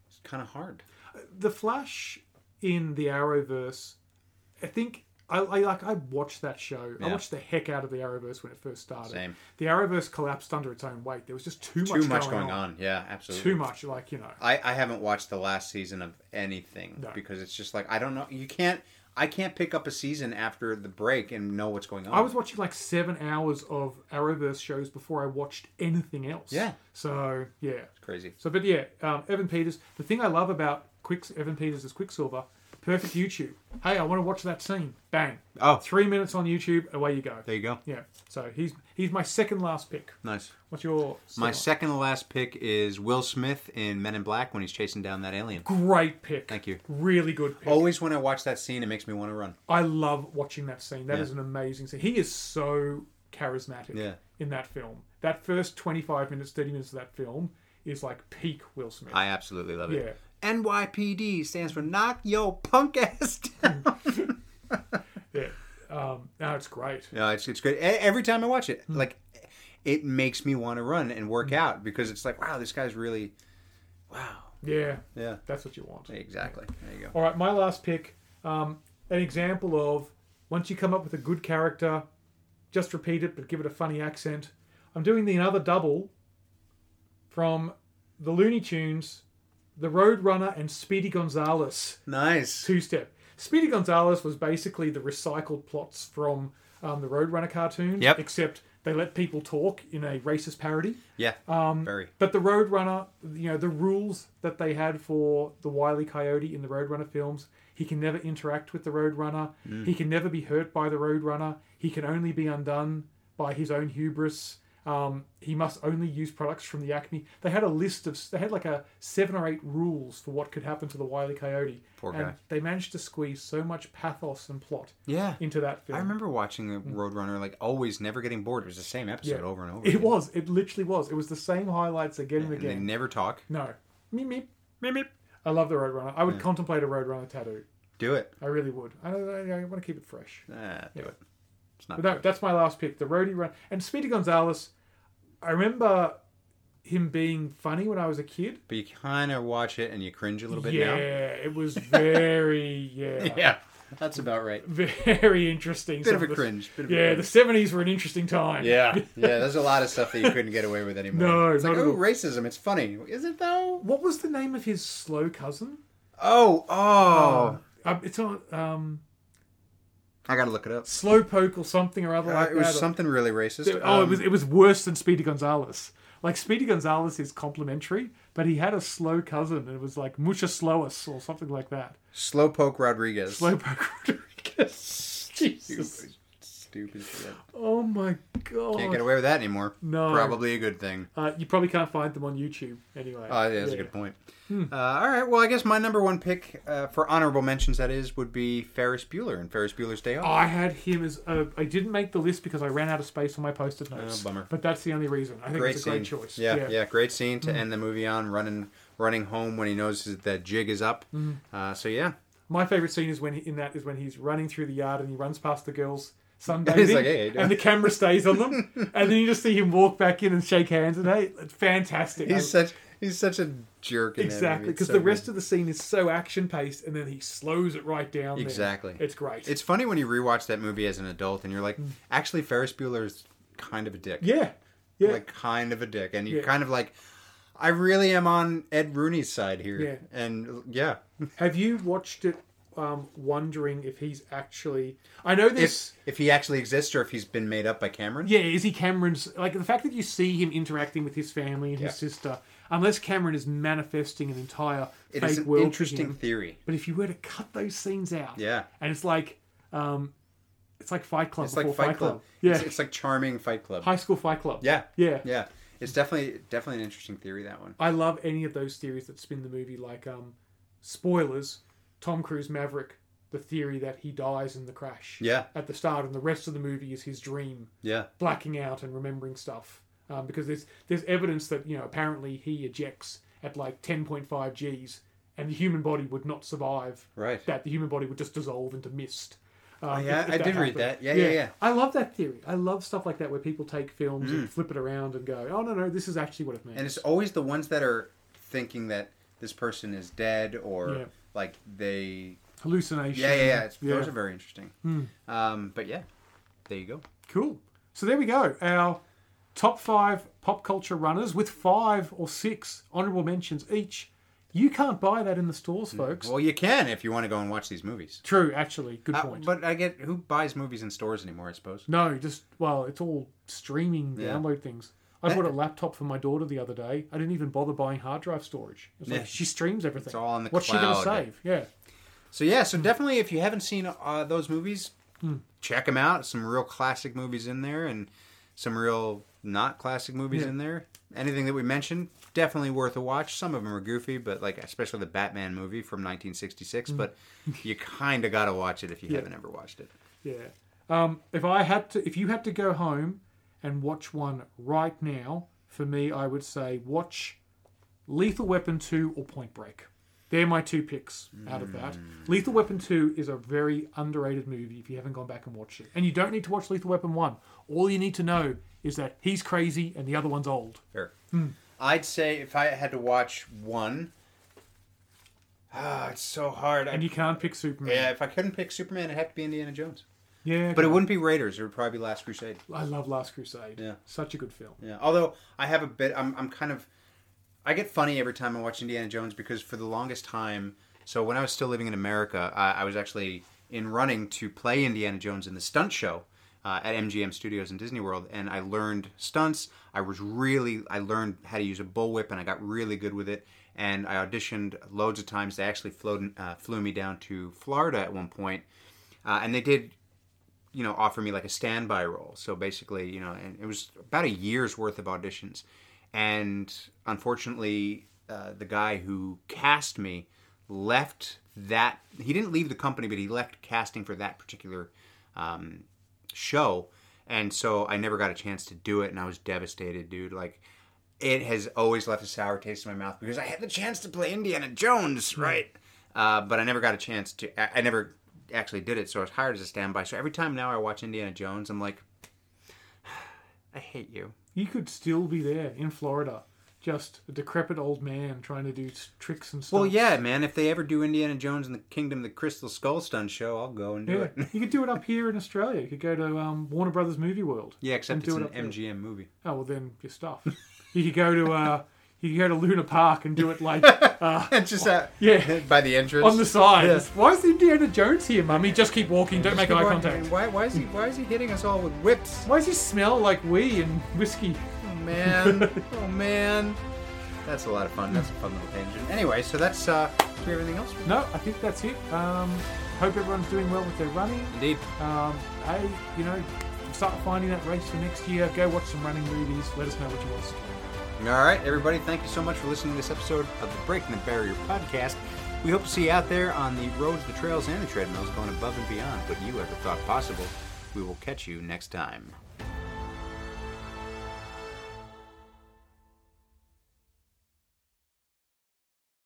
Speaker 1: it's kind of hard.
Speaker 2: the Flash in the Arrowverse, I think I, I like. I watched that show. I
Speaker 1: Yeah.
Speaker 2: watched the heck out of the Arrowverse when it first started.
Speaker 1: Same.
Speaker 2: The Arrowverse collapsed under its own weight. There was just too,
Speaker 1: Too much going on. Yeah, absolutely.
Speaker 2: Too much, like you know.
Speaker 1: I, I haven't watched the last season of anything
Speaker 2: No.
Speaker 1: because it's just like I don't know. You can't. I can't pick up a season after the break and know what's going on.
Speaker 2: I was watching like seven hours of Arrowverse shows before I watched anything else.
Speaker 1: Yeah.
Speaker 2: So yeah.
Speaker 1: crazy.
Speaker 2: So, but yeah, um, Evan Peters. The thing I love about Quicks Evan Peters is Quicksilver. Perfect YouTube. Hey, I want to watch that scene. Bang.
Speaker 1: Oh.
Speaker 2: Three minutes on YouTube. Away you go.
Speaker 1: There you go.
Speaker 2: Yeah. So he's he's my second last pick.
Speaker 1: Nice.
Speaker 2: What's your
Speaker 1: My
Speaker 2: second
Speaker 1: second to last pick is Will Smith in Men in Black when he's chasing down that alien.
Speaker 2: one? great pick?
Speaker 1: Thank you.
Speaker 2: Really good pick.
Speaker 1: Always when I watch that scene, it makes me want to run.
Speaker 2: I love watching that scene. That is an amazing scene. He is so charismatic
Speaker 1: Yeah.
Speaker 2: in that film. That first 25 minutes, 30 minutes of that film is like peak Will Smith.
Speaker 1: I absolutely love it.
Speaker 2: Yeah.
Speaker 1: NYPD stands for Knock Yo Punk Ass Down.
Speaker 2: yeah. Um, no, it's great.
Speaker 1: no, it's, it's great. E- Every time I watch it,
Speaker 2: Hmm.
Speaker 1: like, it makes me want to run and work out because it's like, wow, this guy's really, wow.
Speaker 2: Yeah.
Speaker 1: Yeah,
Speaker 2: That's what you want.
Speaker 1: exactly. There you go.
Speaker 2: All right, my last pick. Um, an example of once you come up with a good character, just repeat it, but give it a funny accent. I'm doing the another double from the Looney Tunes, the Roadrunner, and Speedy Gonzales
Speaker 1: Nice.
Speaker 2: two step. Speedy Gonzales was basically the recycled plots from um, the Roadrunner cartoons,
Speaker 1: Yep.
Speaker 2: except they let people talk in a racist parody.
Speaker 1: Yeah. Um, Very.
Speaker 2: But the Roadrunner, you know, the rules that they had for the Wily Coyote in the Roadrunner films, he can never interact with the Roadrunner.
Speaker 1: Mm.
Speaker 2: He can never be hurt by the Roadrunner. He can only be undone by his own hubris. Um, he must only use products from the Acme. They had a list of, they had like a seven or eight rules for what could happen to the Wily Coyote.
Speaker 1: Poor
Speaker 2: and
Speaker 1: guy.
Speaker 2: They managed to squeeze so much pathos and plot
Speaker 1: Yeah.
Speaker 2: into that film.
Speaker 1: I remember watching the Roadrunner, like, always never getting bored. It was the same episode
Speaker 2: Hmm. Yeah.
Speaker 1: over and over.
Speaker 2: it
Speaker 1: again.
Speaker 2: was. It literally was. It was the same highlights again and
Speaker 1: And they
Speaker 2: again.
Speaker 1: never talk.
Speaker 2: No. Meep meep. Meep meep. I love the Roadrunner. I would contemplate a Roadrunner tattoo.
Speaker 1: Do it.
Speaker 2: I really would. I, I, I want to keep it fresh.
Speaker 1: Ah, do it. It's not.
Speaker 2: But that, that's my last pick. The Roadie Run. And Speedy Gonzales, I remember him being funny when I was a kid.
Speaker 1: But you kind of watch it and you cringe a little bit
Speaker 2: yeah, it was very,
Speaker 1: now.
Speaker 2: yeah,
Speaker 1: Yeah. That's about right.
Speaker 2: very interesting.
Speaker 1: Bit
Speaker 2: Some
Speaker 1: of a
Speaker 2: the-
Speaker 1: cringe. Bit of a
Speaker 2: Yeah,
Speaker 1: cringe.
Speaker 2: the 70s were an interesting time.
Speaker 1: Yeah, yeah. There's a lot of stuff that you couldn't get away with anymore.
Speaker 2: No,
Speaker 1: it's like
Speaker 2: not at
Speaker 1: oh,
Speaker 2: all.
Speaker 1: racism. It's funny, is it though?
Speaker 2: What was the name of his slow cousin?
Speaker 1: Oh, oh.
Speaker 2: Um, it's on um,
Speaker 1: I gotta look it up.
Speaker 2: Slowpoke or something or other
Speaker 1: Uh,
Speaker 2: like
Speaker 1: it was
Speaker 2: that.
Speaker 1: something really racist.
Speaker 2: oh, it
Speaker 1: Um,
Speaker 2: was it was worse than Speedy Gonzales. Like Speedy Gonzales is complimentary, but he had a slow cousin, and it was like Mucha Slowus or something like that.
Speaker 1: Slowpoke Rodriguez.
Speaker 2: Slowpoke Rodriguez. Jesus.
Speaker 1: Stupid, stupid shit.
Speaker 2: Oh my
Speaker 1: Can't get
Speaker 2: god.
Speaker 1: away with that anymore.
Speaker 2: No.
Speaker 1: probably a good thing.
Speaker 2: Uh, you probably can't find them on YouTube anyway.
Speaker 1: Uh, yeah, that's a good point.
Speaker 2: Hmm.
Speaker 1: Uh, all right. Well, I guess my number one pick uh, for honorable mentions that is would be Ferris Bueller and Ferris Bueller's Day Off.
Speaker 2: Oh, I had him as a, I didn't make the list because I ran out of space on my post-it notes.
Speaker 1: Oh, bummer.
Speaker 2: But that's the only reason. I think
Speaker 1: great
Speaker 2: it's a
Speaker 1: scene.
Speaker 2: great choice. Hmm.
Speaker 1: Yeah, yeah, great scene to end the movie on. Running, running home when he knows that the jig is up.
Speaker 2: Hmm.
Speaker 1: Uh, so yeah,
Speaker 2: My favorite scene is when he, in that is when he's running through the yard and he runs past the girls sunbathing,
Speaker 1: He's like, "Hey, how you doing?"
Speaker 2: and the camera stays on them, and then you just see him walk back in and shake hands, and hey, it's fantastic.
Speaker 1: He's
Speaker 2: I-
Speaker 1: such he's such a jerk. In that
Speaker 2: exactly
Speaker 1: movie. It's
Speaker 2: because
Speaker 1: so
Speaker 2: the
Speaker 1: good.
Speaker 2: rest of the scene is so action paced, and then he slows it right down. there.
Speaker 1: Exactly.
Speaker 2: it's great.
Speaker 1: it's funny when you rewatch that movie as an adult and you're
Speaker 2: Hmm.
Speaker 1: like, actually, Ferris Bueller's kind of a dick.
Speaker 2: yeah, yeah.
Speaker 1: like kind of a dick, and you're
Speaker 2: Yeah.
Speaker 1: kind of like, I really am on Ed Rooney's side here.
Speaker 2: Yeah.
Speaker 1: and yeah,
Speaker 2: Have you watched it? Um, wondering if he's actually. I know this.
Speaker 1: if if he actually exists or if he's been made up by Cameron.
Speaker 2: Yeah, is he Cameron's like the fact that you see him interacting with his family and his sister, unless Cameron is manifesting an entire
Speaker 1: it
Speaker 2: fake
Speaker 1: is an
Speaker 2: world. to
Speaker 1: interesting
Speaker 2: him.
Speaker 1: theory.
Speaker 2: but if you were to cut those scenes out,
Speaker 1: Yeah.
Speaker 2: and it's like, um, it's like Fight Club
Speaker 1: It's
Speaker 2: before
Speaker 1: like Fight Club.
Speaker 2: yeah,
Speaker 1: It's, it's like charming Fight Club.
Speaker 2: High School Fight Club,
Speaker 1: Yeah,
Speaker 2: yeah,
Speaker 1: yeah. It's definitely definitely an interesting theory that one.
Speaker 2: I love any of those theories that spin the movie, like um, spoilers, Tom Cruise Maverick, the theory that he dies in the crash,
Speaker 1: Yeah,
Speaker 2: at the start, and the rest of the movie is his dream.
Speaker 1: yeah,
Speaker 2: blacking out and remembering stuff um, because there's there's evidence that you know apparently he ejects at like 10.5 g's and the human body would not survive
Speaker 1: right.
Speaker 2: that the human body would just dissolve into mist um,
Speaker 1: Oh, yeah, I did read that. Yeah, yeah, yeah. Hmm.
Speaker 2: I love that theory. I love stuff like that where people take films and flip it around and go, "Oh no, no, this is actually what it means."
Speaker 1: And it's always the ones that are thinking that this person is dead or
Speaker 2: Yeah.
Speaker 1: like they.
Speaker 2: Hallucination.
Speaker 1: Yeah, yeah, yeah. It's, Those are very interesting.
Speaker 2: Hmm.
Speaker 1: Um, but yeah, there you go.
Speaker 2: Cool. So there we go. Our top five pop culture runners with five or six honorable mentions each. You can't buy that in the stores, folks.
Speaker 1: Hmm. Well, you can if you want to go and watch these movies.
Speaker 2: True, actually. Good
Speaker 1: Uh,
Speaker 2: point.
Speaker 1: but I get who buys movies in stores anymore. I suppose.
Speaker 2: No, just well, it's all streaming
Speaker 1: Yeah.
Speaker 2: download things. I
Speaker 1: That-
Speaker 2: bought a laptop for my daughter the other day. I didn't even bother buying hard drive storage. It was
Speaker 1: Yeah.
Speaker 2: like, she streams everything.
Speaker 1: It's all on the
Speaker 2: What's she
Speaker 1: cloud.
Speaker 2: going to save? Yeah.
Speaker 1: So yeah,
Speaker 2: Hmm.
Speaker 1: so definitely if you haven't seen uh, those movies, check them out. Some real classic movies in there, and some real not classic movies
Speaker 2: Yeah.
Speaker 1: in there. Anything that we mentioned, definitely worth a watch. Some of them are goofy, but like especially the Batman movie from
Speaker 2: Hmm.
Speaker 1: 1966. But you kind of got to watch it if you haven't ever watched it.
Speaker 2: Yeah. Um, if I had to, if you had to go home and watch one right now, for me, I would say watch Lethal Weapon 2 or Point Break. They're my two picks out of that.
Speaker 1: Mm.
Speaker 2: Lethal Weapon 2 is a very underrated movie if you haven't gone back and watched it. And you don't need to watch Lethal Weapon 1. All you need to know is that he's crazy and the other one's old.
Speaker 1: Fair.
Speaker 2: Hmm.
Speaker 1: I'd say if I had to watch one, ah, it's so hard. I,
Speaker 2: And you can't pick Superman.
Speaker 1: yeah, if I couldn't pick Superman, it'd have to be Indiana Jones.
Speaker 2: Yeah,
Speaker 1: But it wouldn't be Raiders. It would probably be Last Crusade.
Speaker 2: I love Last Crusade.
Speaker 1: Yeah.
Speaker 2: Such a good film.
Speaker 1: Yeah. Although I have a bit, I'm, I'm kind of, I get funny every time I watch Indiana Jones because for the longest time, so when I was still living in America, I, I was actually in running to play Indiana Jones in the stunt show uh, at MGM Studios in Disney World, and I learned stunts. I was really, I learned how to use a bullwhip, and I got really good with it. And I auditioned loads of times. They actually flew, uh, flew me down to Florida at one point, uh, and they did you know offer me like a standby role so basically you know and it was about a year's worth of auditions and unfortunately uh, the guy who cast me left that he didn't leave the company but he left casting for that particular um, show and so i never got a chance to do it and i was devastated dude like it has always left a sour taste in my mouth because i had the chance to play indiana jones right uh, but i never got a chance to I, I never actually did it so i was hired as a standby so every time now i watch indiana jones i'm like i hate you
Speaker 2: You could still be there in Florida, just a decrepit old man trying to do s- tricks and stuff.
Speaker 1: well yeah man if they ever do indiana jones and the kingdom of the crystal skull stunt show i'll go and do
Speaker 2: Yeah,
Speaker 1: it
Speaker 2: you could do it up here in Australia. You could go to um, Warner Brothers Movie World.
Speaker 1: yeah except
Speaker 2: And do
Speaker 1: it's
Speaker 2: it
Speaker 1: an
Speaker 2: up there.
Speaker 1: mgm movie
Speaker 2: Oh well, then you're stuffed. You could go to uh, you could go to Luna Park and do it like uh,
Speaker 1: just that
Speaker 2: Yeah.
Speaker 1: by the entrance
Speaker 2: on the side. Why is Indiana Jones here, Mummy? Just keep walking. Don't make eye contact.
Speaker 1: why, why is he why is he hitting us all with whips
Speaker 2: Why does he smell like wee and whiskey?
Speaker 1: Oh man. oh man. That's a lot of fun. That's a fun little tangent. Anyway, so that's uh do we have anything else?
Speaker 2: No, I think that's it. Um, hope everyone's doing well with their running.
Speaker 1: Indeed.
Speaker 2: Um, hey, you know, start finding that race for next year. Go watch some running movies. Let us know what you want us to do.
Speaker 1: Alright, everybody, thank you so much for listening to this episode of the Breaking the Barrier podcast. We hope to see you out there on the roads, the trails, and the treadmills going above and beyond what you ever thought possible. We will catch you next time.